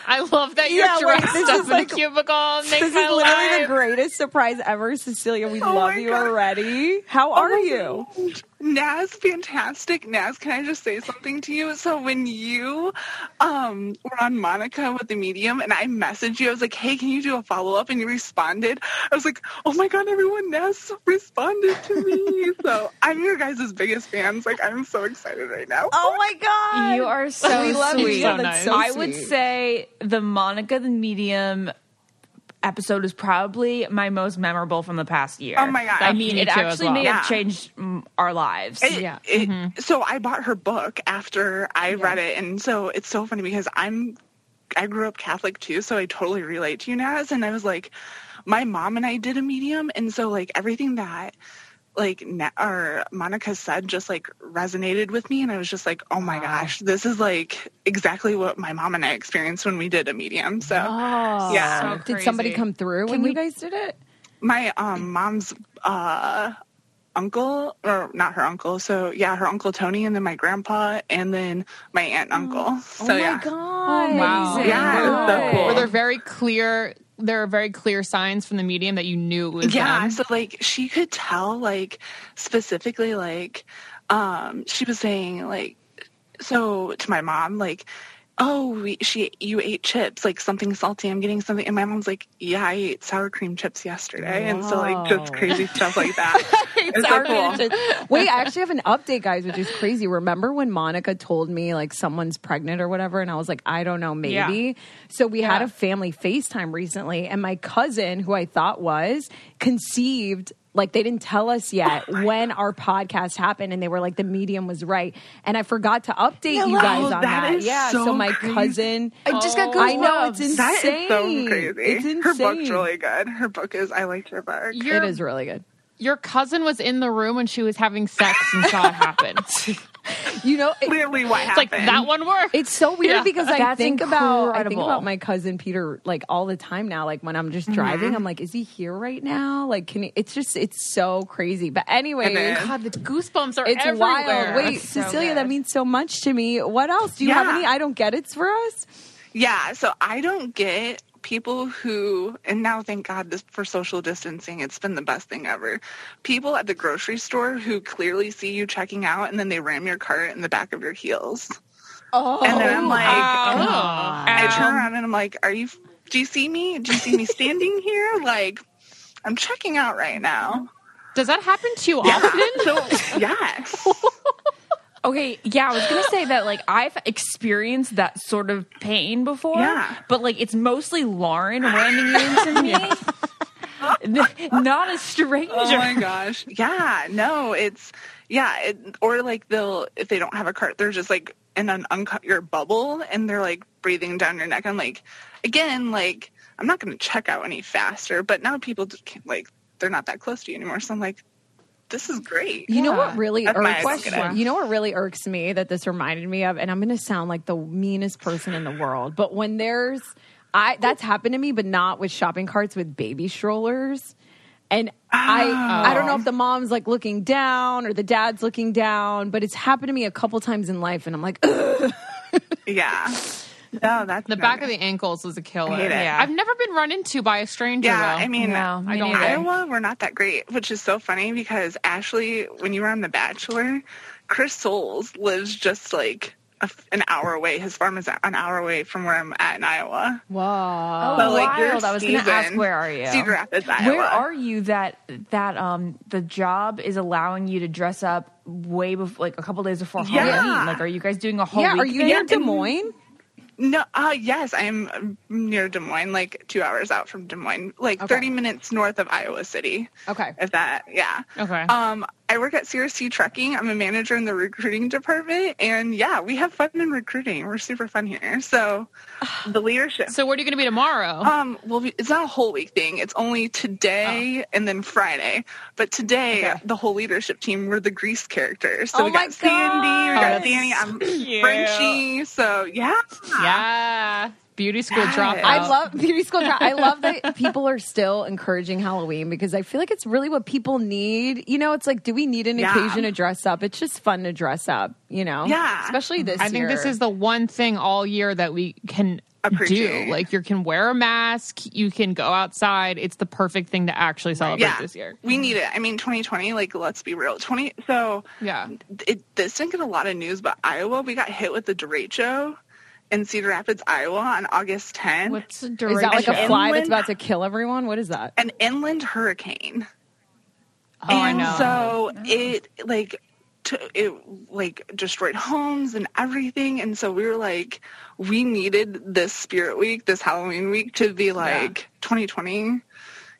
C: I love that you're
B: Yeah, wait,
C: dressed
B: this
C: up
B: is
C: in
B: like-
C: a cubicle.
B: This
C: Makes
B: is
C: my
B: literally the
C: life.
B: greatest surprise ever, Cecilia. We
F: Oh
B: love
F: my
B: you
F: God.
B: already. How are you?
F: Oh Naz, fantastic. Naz, can I just say something to you? So when you um, were on Monica with the medium and I messaged you, I was like, hey, can you do a follow-up? And you responded. I was like, oh my God, everyone, Naz responded to me. so I'm your guys' biggest fans. Like, I'm so excited right now.
B: Oh my God.
I: You are so
B: we love
I: sweet.
B: you.
C: So
B: That's
C: nice.
B: so
I: I would
B: sweet.
I: say the Monica the Medium episode is probably my most memorable from the past year.
F: Oh my God.
I: I mean,
C: Me
I: it
C: too as
I: actually
C: well.
I: may have
F: Yeah.
I: changed mm, our lives.
F: It- it-
B: Mm-hmm.
F: So I bought her book after I read it, and so it's so funny because I'm I grew up Catholic too, so I totally relate to you, Naz. And I was like, my mom and I did a medium, and so like everything that like Na- or Monica said just like resonated with me, and I was just like, oh my gosh, this is like exactly what my mom and I experienced when we did a medium. So
B: Oh,
F: Yeah.
C: So
B: Did somebody
C: crazy.
B: come through when you guys did it?
F: my um mom's uh uncle or not her uncle so yeah her uncle tony and then my grandpa and then my aunt and uncle so
B: oh my
F: yeah
B: god!
C: Wow.
F: yeah it was so
B: Good.
F: cool
C: Were there very clear? There are very clear signs from the medium that you knew it was
F: yeah
C: them.
F: so like she could tell like specifically like um she was saying like so to my mom like oh we, she you ate chips like something salty i'm getting something and my mom's like yeah i ate sour cream chips yesterday and so like just
B: Wow.
F: crazy stuff like that it's so
B: Sour
F: cool
B: cream chips. Wait, I actually have an update, guys, which is crazy. Remember when Monica told me like someone's pregnant or whatever, and I was like, I don't know, maybe. So we had a family FaceTime recently, and my cousin, who I thought was, conceived. Like they didn't tell us yet when our podcast happened, and they were like the medium was right, and I forgot to update you guys
F: Wow,
B: on
F: oh, that
B: that.
F: is
B: yeah, so
F: so
B: my
F: crazy.
B: cousin,
I: I just got
B: I know it's
I: goosebumps.
B: insane.
F: That is so crazy.
B: It's insane.
F: Her book's really good. Her book is. I liked her book.
C: Your,
B: It is really good.
C: Your cousin was in the room when she was having sex and saw it happen. it's
B: You know, it-
F: Clearly, what happened?
C: like that one worked.
B: It's so weird
C: Yeah.
B: because I
I: That's
B: think about I think
I: incredible.
B: about my cousin Peter like all the time now. Like when I'm just driving, I'm like, is he here right now? Like, can he? It's just it's so crazy. But anyway,
F: is.
C: God, the goosebumps are
B: it's
C: everywhere.
B: wild. Wait,
I: That's so
B: Cecilia, that
I: good.
B: means so much to me. What else? Do you have
F: Yeah.
B: any? I don't get it's for us.
F: Yeah, so I don't get people who, and now thank God this, for social distancing, it's been the best thing ever. People at the grocery store who clearly see you checking out and then they ram your cart in the back of your heels.
B: Oh, Um,
F: And then I'm like,
C: Oh.
F: I turn around and I'm like, are you, do you see me? Do you see me standing here? Like, I'm checking out right now.
C: Does that happen to you often?
F: So, yes.
I: Okay, yeah, I was gonna say that like I've experienced that sort of pain before,
F: Yeah.
I: but like it's mostly Lauren ramming into me, N- not a stranger.
F: Oh my gosh. Yeah. No, it's, yeah. It, or like they'll, if they don't have a cart, they're just like in an uncut your bubble and they're like breathing down your neck. I'm like, again, like, I'm not going to check out any faster, but now people just can't, like, they're not that close to you anymore. So I'm like, this is great.
B: You know what really
F: That's my
B: irks
F: question.
B: you know what really irks me that this reminded me of, and I'm gonna sound like the meanest person in the world, but when there's I that's happened to me, but not with shopping carts with baby strollers. And I I
F: Oh.
B: don't know if the mom's like looking down or the dad's looking down, but it's happened to me a couple times in life and I'm like,
F: Yeah. No, Oh, that's
C: The
F: not
C: back
F: good.
C: of the ankles is a killer.
F: hate it.
C: Yeah. I've never been run into by a stranger
F: Yeah,
C: though.
F: I mean,
I: No, me
C: I don't
I: neither.
C: know.
F: Iowa, we're not that great, which is so funny because Ashley, when you were on The Bachelor, Chris Soules lives just like a, an hour away. His farm is an hour away from where I'm at in Iowa.
D: Wow.
F: So,
D: Oh,
F: like, you're
D: wild. I was going to ask,
F: Steven,
D: where are you?
F: Cedar Rapids,
D: Where
F: Iowa.
D: are you that that um the job is allowing you to dress up way before, like a couple days before
F: Yeah.
D: Halloween? Like, are you guys doing a whole? week thing?
F: No, uh, yes, I'm near Des Moines, like two hours out from Des Moines, like 30 minutes north of Iowa City.
C: Okay.
F: If that, yeah.
C: Okay.
F: Um, I work at CRC Trucking. I'm a manager in the recruiting department, and yeah, we have fun in recruiting. We're super fun here. So, the leadership.
C: So, where are you going to be tomorrow?
F: Um, well, we- it's not a whole week thing. It's only today
C: Oh.
F: and then Friday. But today, the whole leadership team were the Grease characters. So
C: Oh
F: we
C: my
F: got Sandy, we
C: God.
F: got
C: That's
F: Danny, I'm
C: cute.
F: Frenchie. So yeah,
C: Yeah. Beauty school dropout.
B: I love beauty school. Drop, I love that people are still encouraging Halloween because I feel like it's really what people need. You know, it's like, do we need an
C: Yeah.
B: occasion to dress up? It's just fun to dress up. You know, especially this.
C: I think this
B: year.
C: is the one thing all year that we can
F: Appreciate.
C: do. Like you can wear a mask, you can go outside. It's the perfect thing to actually celebrate
F: yeah.
C: this year.
F: We need it. I mean, 2020. Like, let's be real. 20. So
C: yeah,
F: it, this didn't get a lot of news, but Iowa, we got hit with the derecho in Cedar Rapids, Iowa, on August 10th. What's
B: Is that like a fly that's about to kill everyone? What is that?
F: an inland hurricane.
B: Oh, I
F: and
B: know.
F: so it like t- it like destroyed homes and everything and so we were like we needed this spirit week this halloween week to be like 2020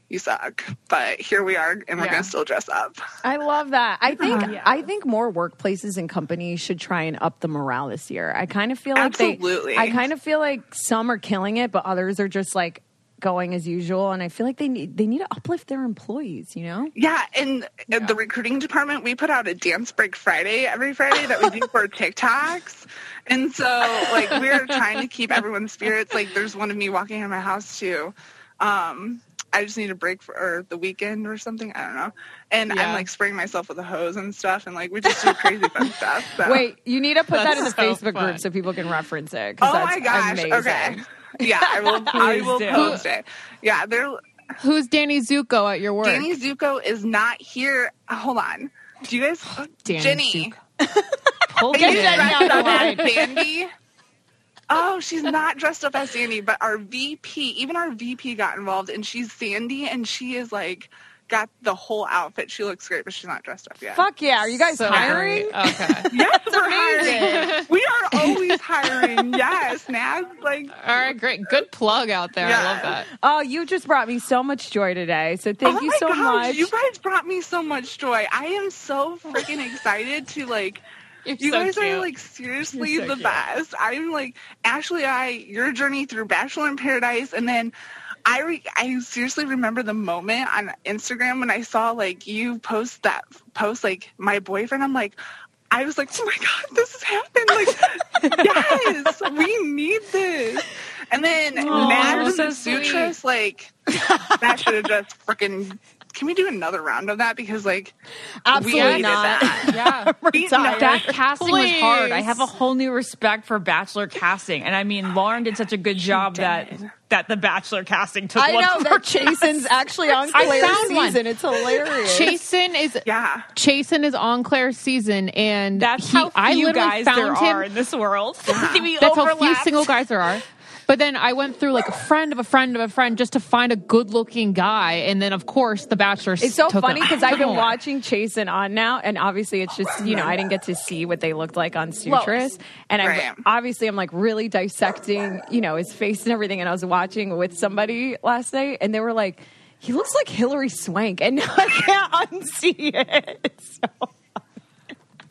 F: you suck but here we are and we're
B: Yeah.
F: gonna still dress up
B: I love that. I think
F: Uh-huh.
B: I think more workplaces and companies should try and up the morale this year. I kind of feel like
F: Absolutely.
B: they I kind of feel like some are killing it but others are just like going as usual and I feel like they need they need to uplift their employees, you know?
F: yeah, and at the recruiting department, we put out a dance break Friday every Friday that we do for TikToks. And so, like, we're trying to keep everyone's spirits. Like, there's one of me walking out of my house to, um, I just need a break for or the weekend or something. I don't know. And
B: Yeah.
F: I'm like spraying myself with a hose and stuff. And like, we just do crazy fun stuff. So.
B: Wait, you need to put that
F: That's
B: in the
F: so
B: Facebook
F: fun.
B: group so people can reference it. 'cause
F: Oh
B: that's
F: my gosh.
B: Amazing.
F: Okay. Yeah, I will. I
B: Please
F: will
B: do.
F: post it. Yeah, they're
C: Who's Danny Zuko at your work?
F: Danny Zuko is not here. Hold on. Do you guys?
C: Danny
F: Jenny.
C: Pull
F: Are you
C: Jenny out of
F: dressed
C: the
F: up as
C: line.
F: Sandy? Oh, she's not dressed up as Sandy, but our VP, even our VP got involved, and she's Sandy, and she is like got the whole outfit. She looks great, but she's not dressed up yet. Oh
B: Fuck yeah. Are you guys hiring?
C: Okay.
F: yes, we're hiring. We are always hiring. Yes, Naz. Like,
C: all right, great, good plug out there. I love that.
B: Oh, you just brought me so much joy today. So thank
F: oh
B: you
F: my
B: so
F: gosh,
B: much.
F: You guys brought me so much joy. I am so freaking excited to like. you
C: so
F: guys are
C: cute.
F: like seriously
C: You're so
F: the
C: cute.
F: best. I'm like Ashley. I your journey through Bachelor in Paradise, and then I re- I seriously remember the moment on Instagram when I saw like you post that post like my boyfriend. I'm like. I was like, oh my god, this has happened! Like, yes, we need this. And then
K: Aw,
F: Madge
K: so
F: and Sutras,
K: sweet.
F: like, that should have just freaking. Can we do another round of that? Because like,
B: Absolutely
F: we needed
B: not.
F: That.
C: Yeah,
D: that casting was hard. I have a whole new respect for Bachelor casting, and I mean, Lauren did such a good job that that the Bachelor casting took.
B: I
D: one
B: know
D: for
B: that Jason's actually on
D: I
B: Claire's
D: found one.
B: season. It's hilarious.
C: Chasen is
F: yeah.
C: Chasen is on Claire's season, and
D: That's
C: he-
D: how few
C: I literally
D: guys
C: found
D: there
C: him.
D: are in this world. We
C: That's how few
D: overlapped.
C: single guys there are. But then I went through like a friend of a friend of a friend just to find a good looking guy, and then of course the Bachelor.
B: It's so
C: took
B: funny
C: him.
B: because I've
C: Took
B: been
C: him.
B: watching Chasen on now, and obviously it's just you know I didn't get to see what they looked like on Sutras, and
C: Right.
B: I'm obviously I'm like really dissecting you know his face and everything, and I was watching with somebody last night, and they were like, he looks like Hillary Swank, and now I can't unsee it.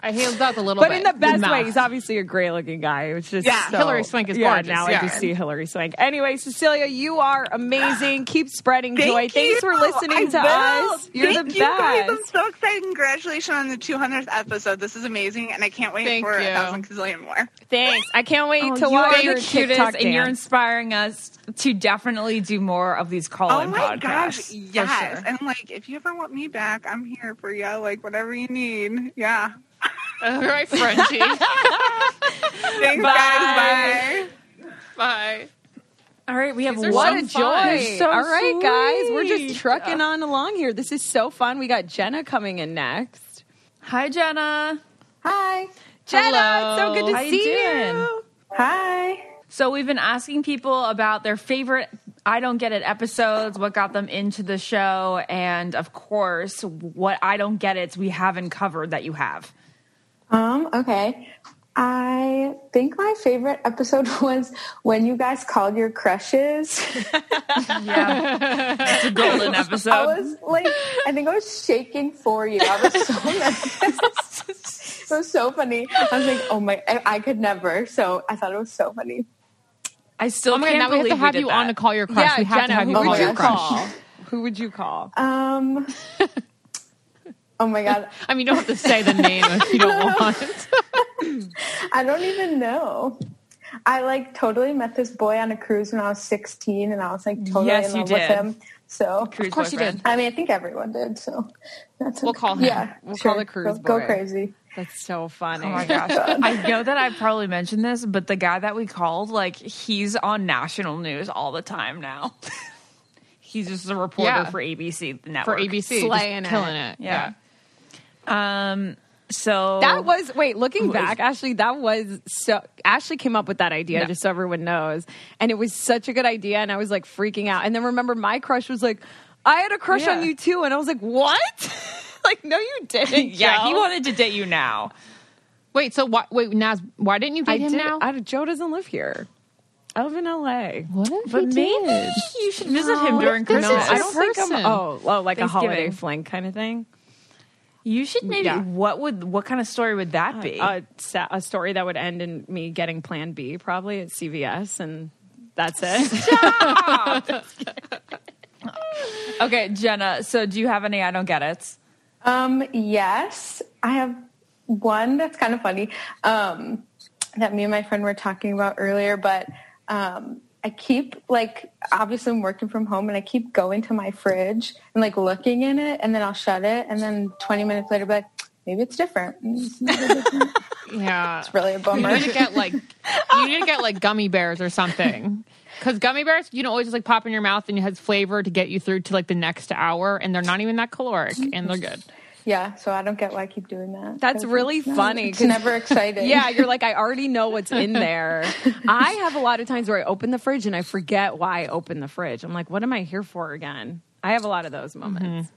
C: I healed up a little,
B: but
C: bit.
B: in the best way,
C: mouth.
B: he's obviously a great looking guy. It's just
C: Yeah,
B: so-
C: Hillary Swank is
B: yeah,
C: gorgeous,
B: Now
C: yeah.
B: I just see Hillary Swank. Anyway, Cecilia, you are amazing. Keep spreading
F: Thank
B: joy.
F: you.
B: Thanks for listening
F: I
B: to
F: will.
B: us. You're
F: Thank
B: the
F: you guys.
B: best.
F: I'm so excited. Congratulations on the 200th episode. This is amazing, and I can't wait
B: Thank
F: for
B: you.
F: a thousand gazillion more.
B: Thanks. I can't wait
D: Oh,
B: to
D: you
B: watch
D: are
B: your
D: the cutest,
B: TikTok
D: and you're
B: dance.
D: inspiring us to definitely do more of these
F: Oh
D: call-in
F: my
D: podcasts.
F: gosh,
D: for
F: yes.
D: sure.
F: And like, if you ever want me back, I'm here for you. Like, whatever you need. Yeah.
C: All right, Frenchie.
F: Thanks, guys. Bye.
C: Bye.
D: All right, we have
B: What a joy. All right, guys. We're just trucking on along here. This is so fun. We got Jenna coming in next.
D: Hi, Jenna.
N: Hi.
B: Jenna,
D: Hello.
B: it's so good to
D: How you
B: see
D: doing?
B: you.
O: Hi.
D: So we've been asking people about their favorite I don't get it episodes, what got them into the show, and of course, what I don't get it's we haven't covered that you have.
P: Um, okay. I think my favorite episode was when you guys called your crushes.
D: Yeah. it's a golden episode.
P: I was like, I think I was shaking for you. I was so nervous. It was so funny. I was like, oh my, I, I could never. So I thought it was so funny.
D: I still
C: Oh my God, now we have to have you on to call your crush.
B: Yeah,
C: we have
B: Jenna,
C: to have
B: who
C: you on
B: would
C: your
B: you
C: crush.
B: call? Who would you call?
P: Um, oh my God.
C: I mean, you don't have to say the name if you don't want.
P: I don't even know. I like totally met this boy on a cruise when I was 16 and I was like totally
D: Yes,
P: in
D: you
P: love
D: did.
P: with him. So
D: Cruise course you boyfriend. did.
P: I mean, I think everyone did. So that's
B: We'll
P: okay.
B: call him.
P: Yeah,
B: We'll
P: sure.
B: call the cruise
P: go, Go
B: boy.
P: crazy.
B: That's so funny.
D: Oh my gosh. I know that I probably mentioned this, but the guy that we called, like, he's on national news all the time now. he's just a reporter
C: Yeah.
D: for ABC
C: For
D: network.
C: ABC,
B: Slaying
C: Slaying
B: it.
C: killing it.
D: Yeah. Um so
B: That was wait, looking
D: Ooh,
B: back, Ashley, that was so Ashley came up with that idea,
D: No.
B: just so everyone knows. And it was such a good idea, and I was like freaking out. And then remember my crush was like, I had a crush on
D: Yeah.
B: you too, and I was like, What? like, no, you didn't.
D: yeah, he
B: Joe.
D: wanted to date you now.
C: Wait, so why, wait, Naz, why didn't you date
B: I
C: him
B: did,
C: now?
B: I, Joe doesn't live here. I live in LA.
C: what if
D: But
C: he
D: maybe
C: did?
D: you should visit him during
C: this is
D: Christmas.
C: your
B: I don't think I'm.
C: person.
B: Oh, oh, like a holiday
D: Thanksgiving.
B: fling kind of thing.
D: You should maybe.
B: Yeah. Uh,
D: What would what kind of story would that be?
B: A, sa- a story that would end in me getting Plan B probably at CVS, and that's it.
D: okay, Jenna. So do you have any? I don't get it.
P: Um, yes, I have one that's kind of funny um, that me and my friend were talking about earlier, but um, I keep like obviously I'm working from home and I keep going to my fridge and like looking in it and then I'll shut it and then 20 minutes later be like maybe it's different. Mm, It's not really different.
C: Yeah.
P: It's really a
C: You
P: bummer.
C: need to get like you need to get like gummy bears or something. Because gummy bears, you know, always just like pop in your mouth and it has flavor to get you through to like the next hour, and they're not even that caloric, and they're good.
P: yeah, so I don't get why I keep doing that.
B: That's
P: 'Cause
B: really
P: it's not-
B: funny,
P: It's
B: 'cause-
P: never exciting.
B: yeah, you're like, I already know what's in there. I have a lot of times where I open the fridge and I forget why I opened the fridge. I'm like, what am I here for again? I have a lot of those moments.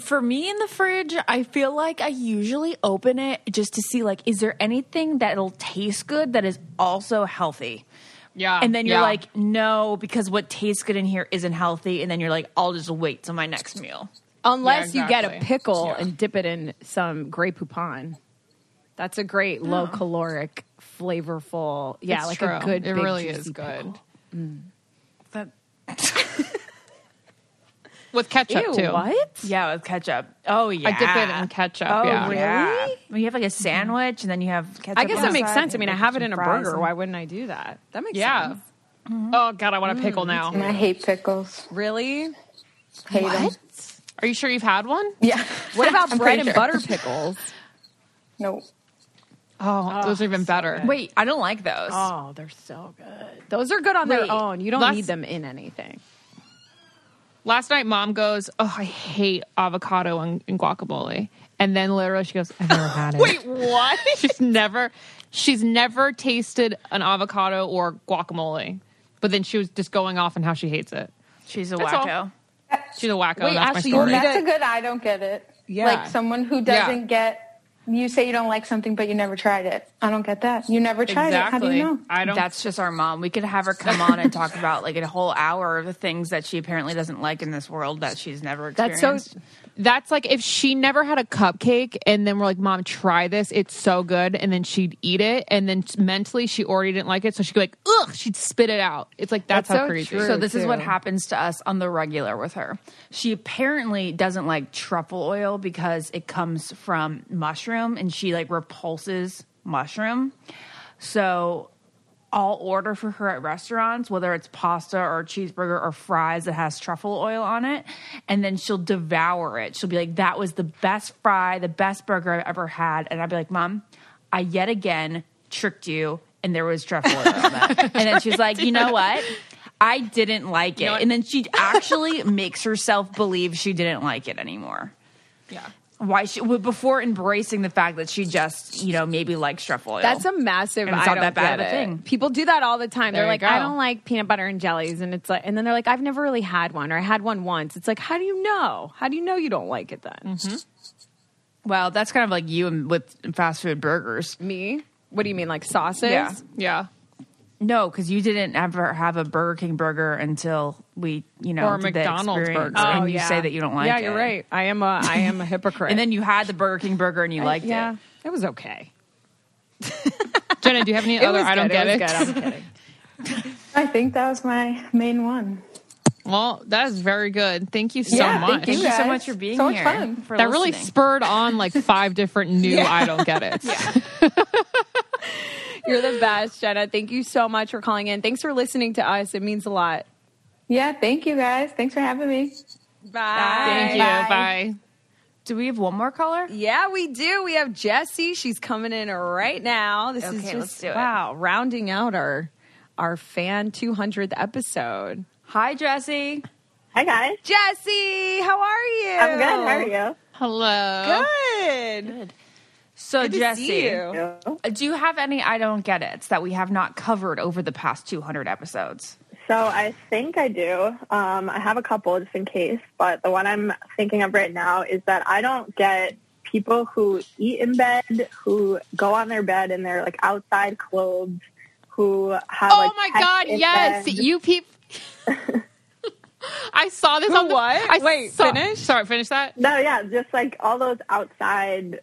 Q: For me in the fridge, I feel like I usually open it just to see like is there anything that'll taste good that is also healthy.
C: Yeah.
Q: And then you're
C: yeah.
Q: like, "No, because what tastes good in here isn't healthy." And then you're like, "I'll just wait till my next meal."
B: Unless
C: Yeah,
B: you get a
C: exactly.
B: pickle
C: Yeah.
B: and dip it in some Grey Poupon. That's a great low caloric, flavorful. Yeah,
C: It's
B: like a
C: true.
B: good.
C: It
B: big,
C: really is
B: juicy
C: good.
B: pickle. Mm.
D: That
C: With ketchup
B: Ew,
C: too.
B: What?
D: yeah, with ketchup. Oh yeah.
C: I dip it in ketchup.
D: Oh
C: yeah.
D: yeah. When you have like a sandwich and then you have ketchup.
B: I guess
D: on
B: that
D: the
B: makes
D: side
B: sense. I
D: and,
B: mean, I
D: like,
B: have it
D: some
B: in a
D: fries
B: burger.
D: and-
B: Why wouldn't I do that? That makes
C: Yeah.
B: sense.
C: Oh god, I want a pickle now.
P: And I hate pickles.
B: Really?
P: Hate 'em.
C: Are you sure you've had one?
P: Yeah.
B: What about
P: I'm
B: bread
P: pretty
B: and
P: sure.
B: butter pickles?
P: No.
C: Oh, those are even better.
D: Wait, I don't like those.
B: Oh, they're so good. Those are good on their
D: Wait,
B: own. You don't
C: let's-
B: need them in anything.
C: Last night, mom goes, "Oh, I hate avocado and, and guacamole," and then literally she goes, "I've never had it." Wait, what? she's never, she's never tasted an avocado or guacamole. But then she was just going off on how she hates it.
D: She's a
C: That's all.
D: wacko.
C: She's a wacko.
B: Wait,
C: that's
B: Ashley,
C: my
B: you
C: story.
B: need
P: That's a
B: to-
P: good I don't get it.
B: Yeah.
P: Like someone who doesn't get you say you don't like something but you never tried it. I don't get that. You never tried it. How do
C: exactly.
P: you know?
C: I don't.
D: That's just our mom. We could have her come on and talk about like a whole hour of the things that she apparently doesn't like in this world that she's never
C: That's
D: experienced.
C: so. That's like if she never had a cupcake, and then we're like, "Mom, try this. It's so good," and then she'd eat it, and then mentally she already didn't like it, so she'd be like, "Ugh," she'd spit it out. It's like that's,
B: That's
C: how
B: so
C: crazy.
B: true.
D: So this is what
B: too.
D: happens to us on the regular with her. She apparently doesn't like truffle oil because it comes from mushroom and she like repulses mushroom. So I'll order for her at restaurants, whether it's pasta or cheeseburger or fries that has truffle oil on it, and then she'll devour it. She'll be like, That was the best fry, the best burger I've ever had. And I'll be like, Mom, I yet again tricked you and there was truffle oil on that. And then she's like, You know what? I didn't like it. And then she actually makes herself believe she didn't like it anymore.
C: Yeah.
D: why she well, before embracing the fact that she just you know maybe likes truffle oil.
B: That's a massive.
D: And it's
B: I
D: not
B: don't
D: that bad of
B: get
D: a
B: it.
D: thing.
B: People do that all the time.
D: There
B: they're
D: you
B: like,
D: go.
B: I don't like peanut butter and jellies, and it's like, and then they're like, I've never really had one, or I had one once. It's like, how do you know? How do you know you don't like it then?
D: Well, that's kind of like you and with fast food burgers.
B: Me? What do you mean, like sauces?
D: Yeah.
C: Yeah.
D: No, because you didn't ever have a Burger King burger until we, you know,
C: Or a
D: did the
C: McDonald's
D: experience,
C: burger.
D: and
C: Oh,
D: you
C: yeah.
D: say that you don't like
B: yeah,
D: it.
B: you're right. I am a I am a hypocrite.
D: And then you had the Burger King burger and you
B: I-
D: liked
B: yeah,
D: it.
B: it was okay.
C: Jenna, do you have any other
B: was
C: I don't
B: good,
C: get
B: it
C: it?
B: was good, I'm kidding.
I: I think that was my main one.
C: Well, that is very good. Thank you so
I: Yeah,
C: much.
I: thank you
D: Thank you so
I: guys.
D: much for being
I: So much
D: here.
I: fun.
D: For
C: that really
D: listening.
C: spurred on like five different new I don't get it.
B: You're the best, Jenna. Thank you so much for calling in. Thanks for listening to us. It means a lot.
I: Yeah, thank you guys. Thanks for having me.
B: Bye.
C: Thank you. Bye.
D: Do we have one more caller?
B: Yeah, we do. We have Jessie. She's coming in right now. This is
D: Okay,
B: just
D: let's do it.
B: wow, rounding out our our fan 200th episode.
D: Hi, Jesse.
I: Hi guys.
B: Jessie, how are you?
I: I'm good. How are you?
C: Hello.
B: Good.
D: So,
B: Good to see
D: Jesse,
B: you.
D: do you have any I don't get it that we have not covered over the past 200 episodes?
I: So I think I do. Um, I have a couple just in case, but the one I'm thinking of right now is that I don't get people who eat in bed, who go on their bed in their like outside clothes, who have.
C: Oh
I: like,
C: my
I: pets
C: god,
I: in
C: yes.
I: bed.
C: You peep I saw this on the
B: what?
C: I
B: Wait,
C: saw-
B: finish?
C: Sorry, finish that.
I: No, yeah, just like all those outside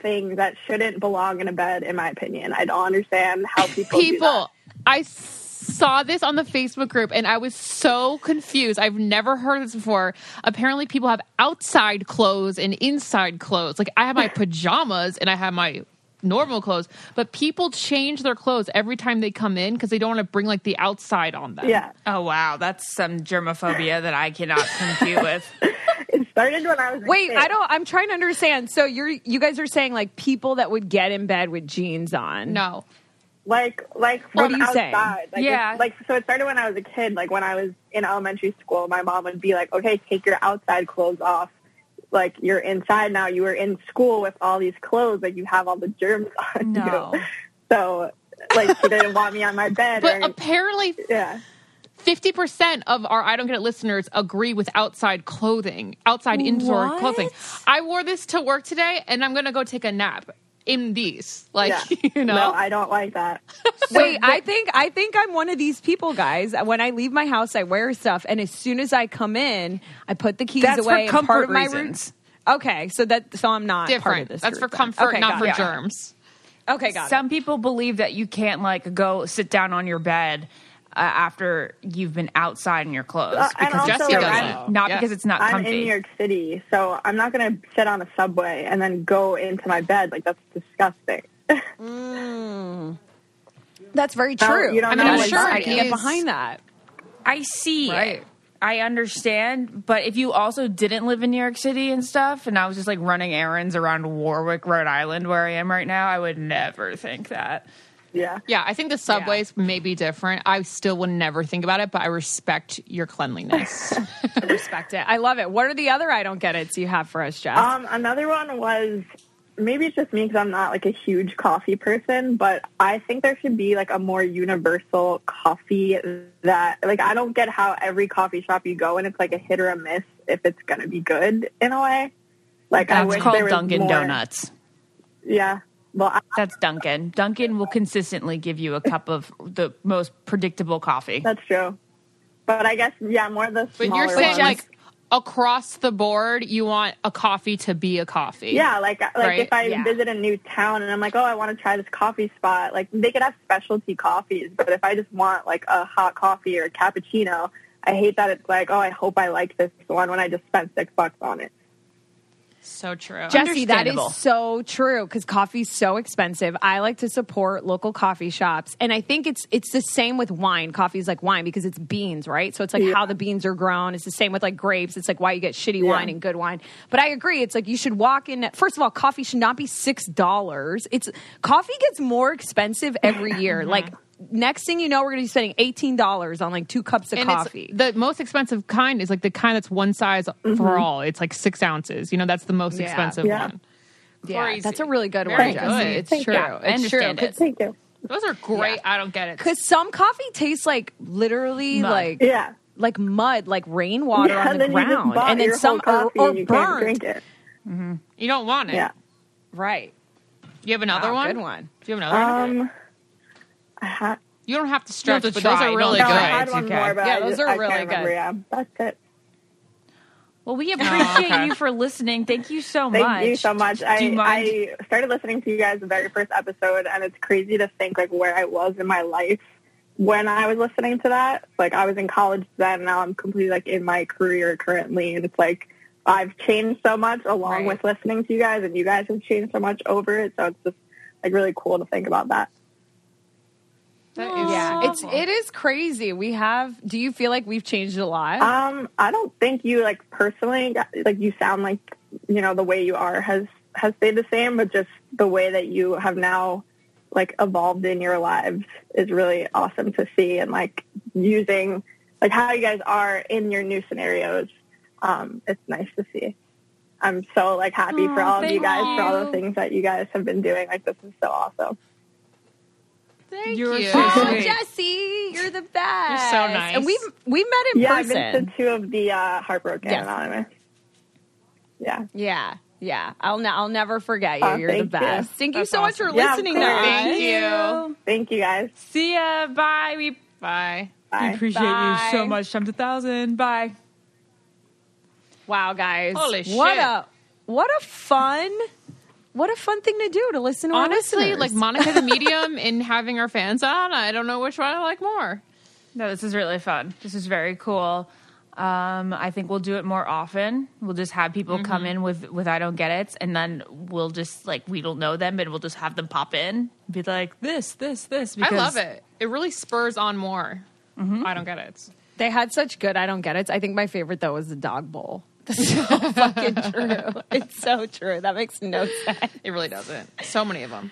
I: things that shouldn't belong in a bed, in my opinion. I don't understand how people. do that.
C: people i saw this on the facebook group and i was so confused i've never heard this before apparently people have outside clothes and inside clothes like i have my pajamas and i have my normal clothes but people change their clothes every time they come in because they don't want to bring like the outside on them
I: Yeah,
D: Oh, wow. That's some germophobia that I cannot compute with.
I: it started when I was. a
B: Wait,
I: kid.
B: I don't I'm trying to understand. So you're you guys are saying like people that would get in bed with jeans on.
C: no
I: like like
B: What
I: from
B: are you saying?
I: outside. Like,
D: Yeah.
I: it's- like so it started when I was a kid. Like when I was in elementary school, my mom would be like, "Okay, take your outside clothes off. Like you're inside now. You were in school with all these clothes. Like you have all the germs on
D: No.
I: you. So like she didn't want me on my bed.
C: but
I: or,
C: apparently
I: yeah,
C: 50% of our I don't get it listeners agree with outside clothing, outside indoor
D: What?
C: clothing. I wore this to work today and I'm going to go take a nap in these. Like,
I: yeah.
C: you know.
I: no, I don't like that.
B: Wait, I think I think I'm one of these people, guys. When I leave my house, I wear stuff, and as soon as I come in, I put the keys
D: That's for
B: away. and part
D: comfort
B: of my
D: reasons.
B: route- Okay, so that so I'm not part of
C: different.
B: this.
C: That's for
B: group then.
C: comfort,
B: Okay,
C: not
B: got
C: for
B: it.
C: germs.
B: Okay, got
D: Some people believe that you can't like go sit down on your bed uh, after you've been outside in your clothes
I: Uh, and
D: because
I: also,
D: Jesse does it,
I: I'm-
D: not
C: Yeah.
D: because it's not
I: I'm
D: comfy.
I: in New York City, so I'm not going to sit on a subway and then go into my bed. Like that's disgusting.
B: it. Mm. That's very
I: No,
B: true.
I: you don't
B: I mean,
I: know
B: I'm
I: what
B: sure
I: it's
B: I
I: like.
B: can get
C: Is-
B: behind that.
D: I see.
C: Right.
D: I understand, but if you also didn't live in New York City and stuff, and I was just like running errands around Warwick, Rhode Island, where I am right now, I would never think that.
I: Yeah.
C: Yeah, I think the subways may be different. I still would never think about it, but I respect your cleanliness.
B: I respect it. I love it. What are the other I don't get it's you have for us, Jess?
I: Um, another one was maybe it's just me because I'm not like a huge coffee person, but I think there should be like a more universal coffee that like I don't get how every coffee shop you go and it's like a hit or a miss if it's gonna be good in a way. Like I
D: That's
I: wish there
D: called
I: was
D: Dunkin'
I: more-
D: Donuts.
I: Yeah. Well, I,
D: That's Dunkin'. Dunkin' will consistently give you a cup of the most predictable coffee.
I: that's true. But I guess yeah, more of the
C: but
I: smaller
C: you're saying,
I: ones.
C: like, across the board, you want a coffee to be a coffee.
I: Yeah, like like
C: Right?
I: if I
C: Yeah.
I: visit a new town and I'm like, oh, I want to try this coffee spot. Like they could have specialty coffees, but if I just want like a hot coffee or a cappuccino, I hate that it's like, oh, I hope I like this one when I just spent six bucks on it.
C: So true.
B: Jesse, that
D: Understandable.
B: is so true because coffee's so expensive. I like to support local coffee shops, and I think it's it's the same with wine. Coffee's like wine because it's beans, right? So it's like how the beans are grown. It's the same with like grapes. It's like why you get shitty wine and good wine. But I agree. It's like you should walk in. First of all, coffee should not be six dollars. It's coffee gets more expensive every year. like next thing you know, we're going to be spending eighteen dollars on like two cups of
C: Mm-hmm. And it's-
B: coffee.
C: The most expensive kind is like the kind that's one size for
B: Mhm.
C: all. It's like six ounces. You know, that's the most
B: Yeah.
C: expensive
B: Yeah.
C: one.
B: Yeah, that's a really good
C: Very
B: one, Jesse.
C: good.
B: It's
C: Thank
B: true.
C: you. I
B: It's true.
C: understand it.
B: Thank
I: you.
C: Those are great. I don't get it.
B: Because some coffee tastes like literally
C: Mud.
B: like
C: Yeah.
B: like mud, like rainwater
C: Yeah,
B: on the
C: then you just
B: ground,
C: bought
B: and then
C: your
B: some
C: whole
B: are
C: coffee
B: or
C: and you can't
B: burnt.
C: drink
I: it.
C: You don't want it.
I: Yeah.
B: Right.
C: You have another
B: Wow,
C: one?
B: Ah, good one.
C: Do you have another one?
I: Um, I ha-
C: You don't have to stretch,
I: have to
C: but those
I: try.
C: are really
I: No,
C: good.
I: I had one more, but
B: Yeah,
I: I
B: those
I: just- I
B: are
I: can't
B: really
I: remember.
B: good.
I: Yeah, that's it.
D: Well, we
C: Oh,
D: appreciate you for listening. Thank you so
I: Thank
D: much.
I: you so much.
D: Do
I: I,
D: you mind-
I: I started listening to you guys the very first episode, and it's crazy to think like where I was in my life when I was listening to that. Like I was in college then, now I'm completely like in my career currently, and it's like I've changed so much along with listening to you guys, and you guys have changed so much over it. So it's just like really cool to think about that.
B: yeah, it's it is crazy. We have. Do you feel like we've changed a lot?
C: Uh,
I: Um, I don't think you like personally got- like you sound like you know the way you are has has stayed the same, but just the way that you have now like evolved in your lives is really awesome to see and like using like how you guys are in your new scenarios. Um, it's nice to see. I'm so like happy for
D: Aw,
I: all of you
D: thank
I: guys for all
D: you.
I: the things that you guys have been doing. Like this is so awesome.
B: Thank
D: You're
B: you,
D: so
B: oh,
D: sweet.
B: Jesse. You're the best.
I: so nice.
B: And we we met in
I: yeah,
B: person.
I: I missed the two of the uh, heartbroken
B: Yes.
I: anonymous. Yeah.
B: Yeah, yeah. I'll ne- I'll never forget you.
I: Oh,
B: You're the
I: thank you.
B: best. Thank you
I: That's
B: so much for
I: awesome. Yeah, of
B: listening to
I: course.
B: us.
I: Thank you. Thank you guys.
D: See ya. Bye. We
C: bye.
D: We appreciate
B: Bye.
D: you so much. Time to thousand. Bye.
B: Wow, guys.
C: Holy
B: What
C: shit.
B: a what a fun what a fun thing to do to listen to
C: Honestly,
B: our listeners.
C: like Monica the Medium and having our fans on, I don't know which one I like more.
D: No, this is really fun. This is very cool. Um, I think we'll do it more often. We'll just have
C: Mm-hmm.
D: people come in with with I don't get it, and then we'll just like we don't know them, and we'll just have them pop in, be like this, this, this. Because
C: I love it. It really spurs on more.
B: Mm-hmm.
C: I don't get it.
B: they had such good I don't get it. I think my favorite though was the dog bowl. That's so fucking true. It's so true. That makes no sense.
C: It really doesn't. So many of them.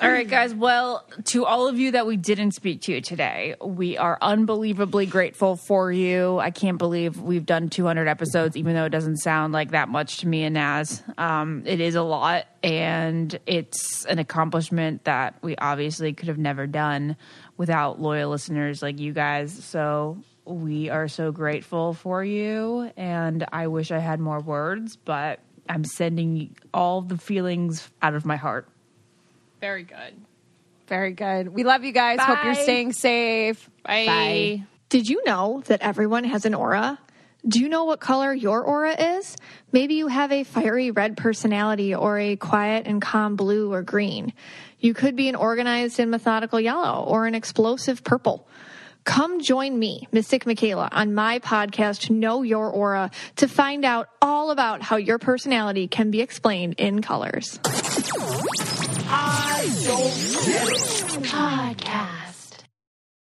D: All right, guys. Well, to all of you that we didn't speak to today, we are unbelievably grateful for you. I can't believe we've done 200 episodes, even though it doesn't sound like that much to me and Naz. Um, it is a lot, and it's an accomplishment that we obviously could have never done without loyal listeners like you guys. So we are so grateful for you, and I wish I had more words, but I'm sending all the feelings out of my heart.
C: Very good.
B: Very good. We love you guys. Hope you're
N: Bye.
B: staying safe. Bye.
N: Did you know that everyone has an aura? Do you know what color your aura is? Maybe you have a fiery red personality or a quiet and calm blue or green. You could be an organized and methodical yellow or an explosive purple. Come join me, Mystic Michaela, on my podcast, Know Your Aura, to find out all about how your personality can be explained in colors.
G: I don't get it. Podcast.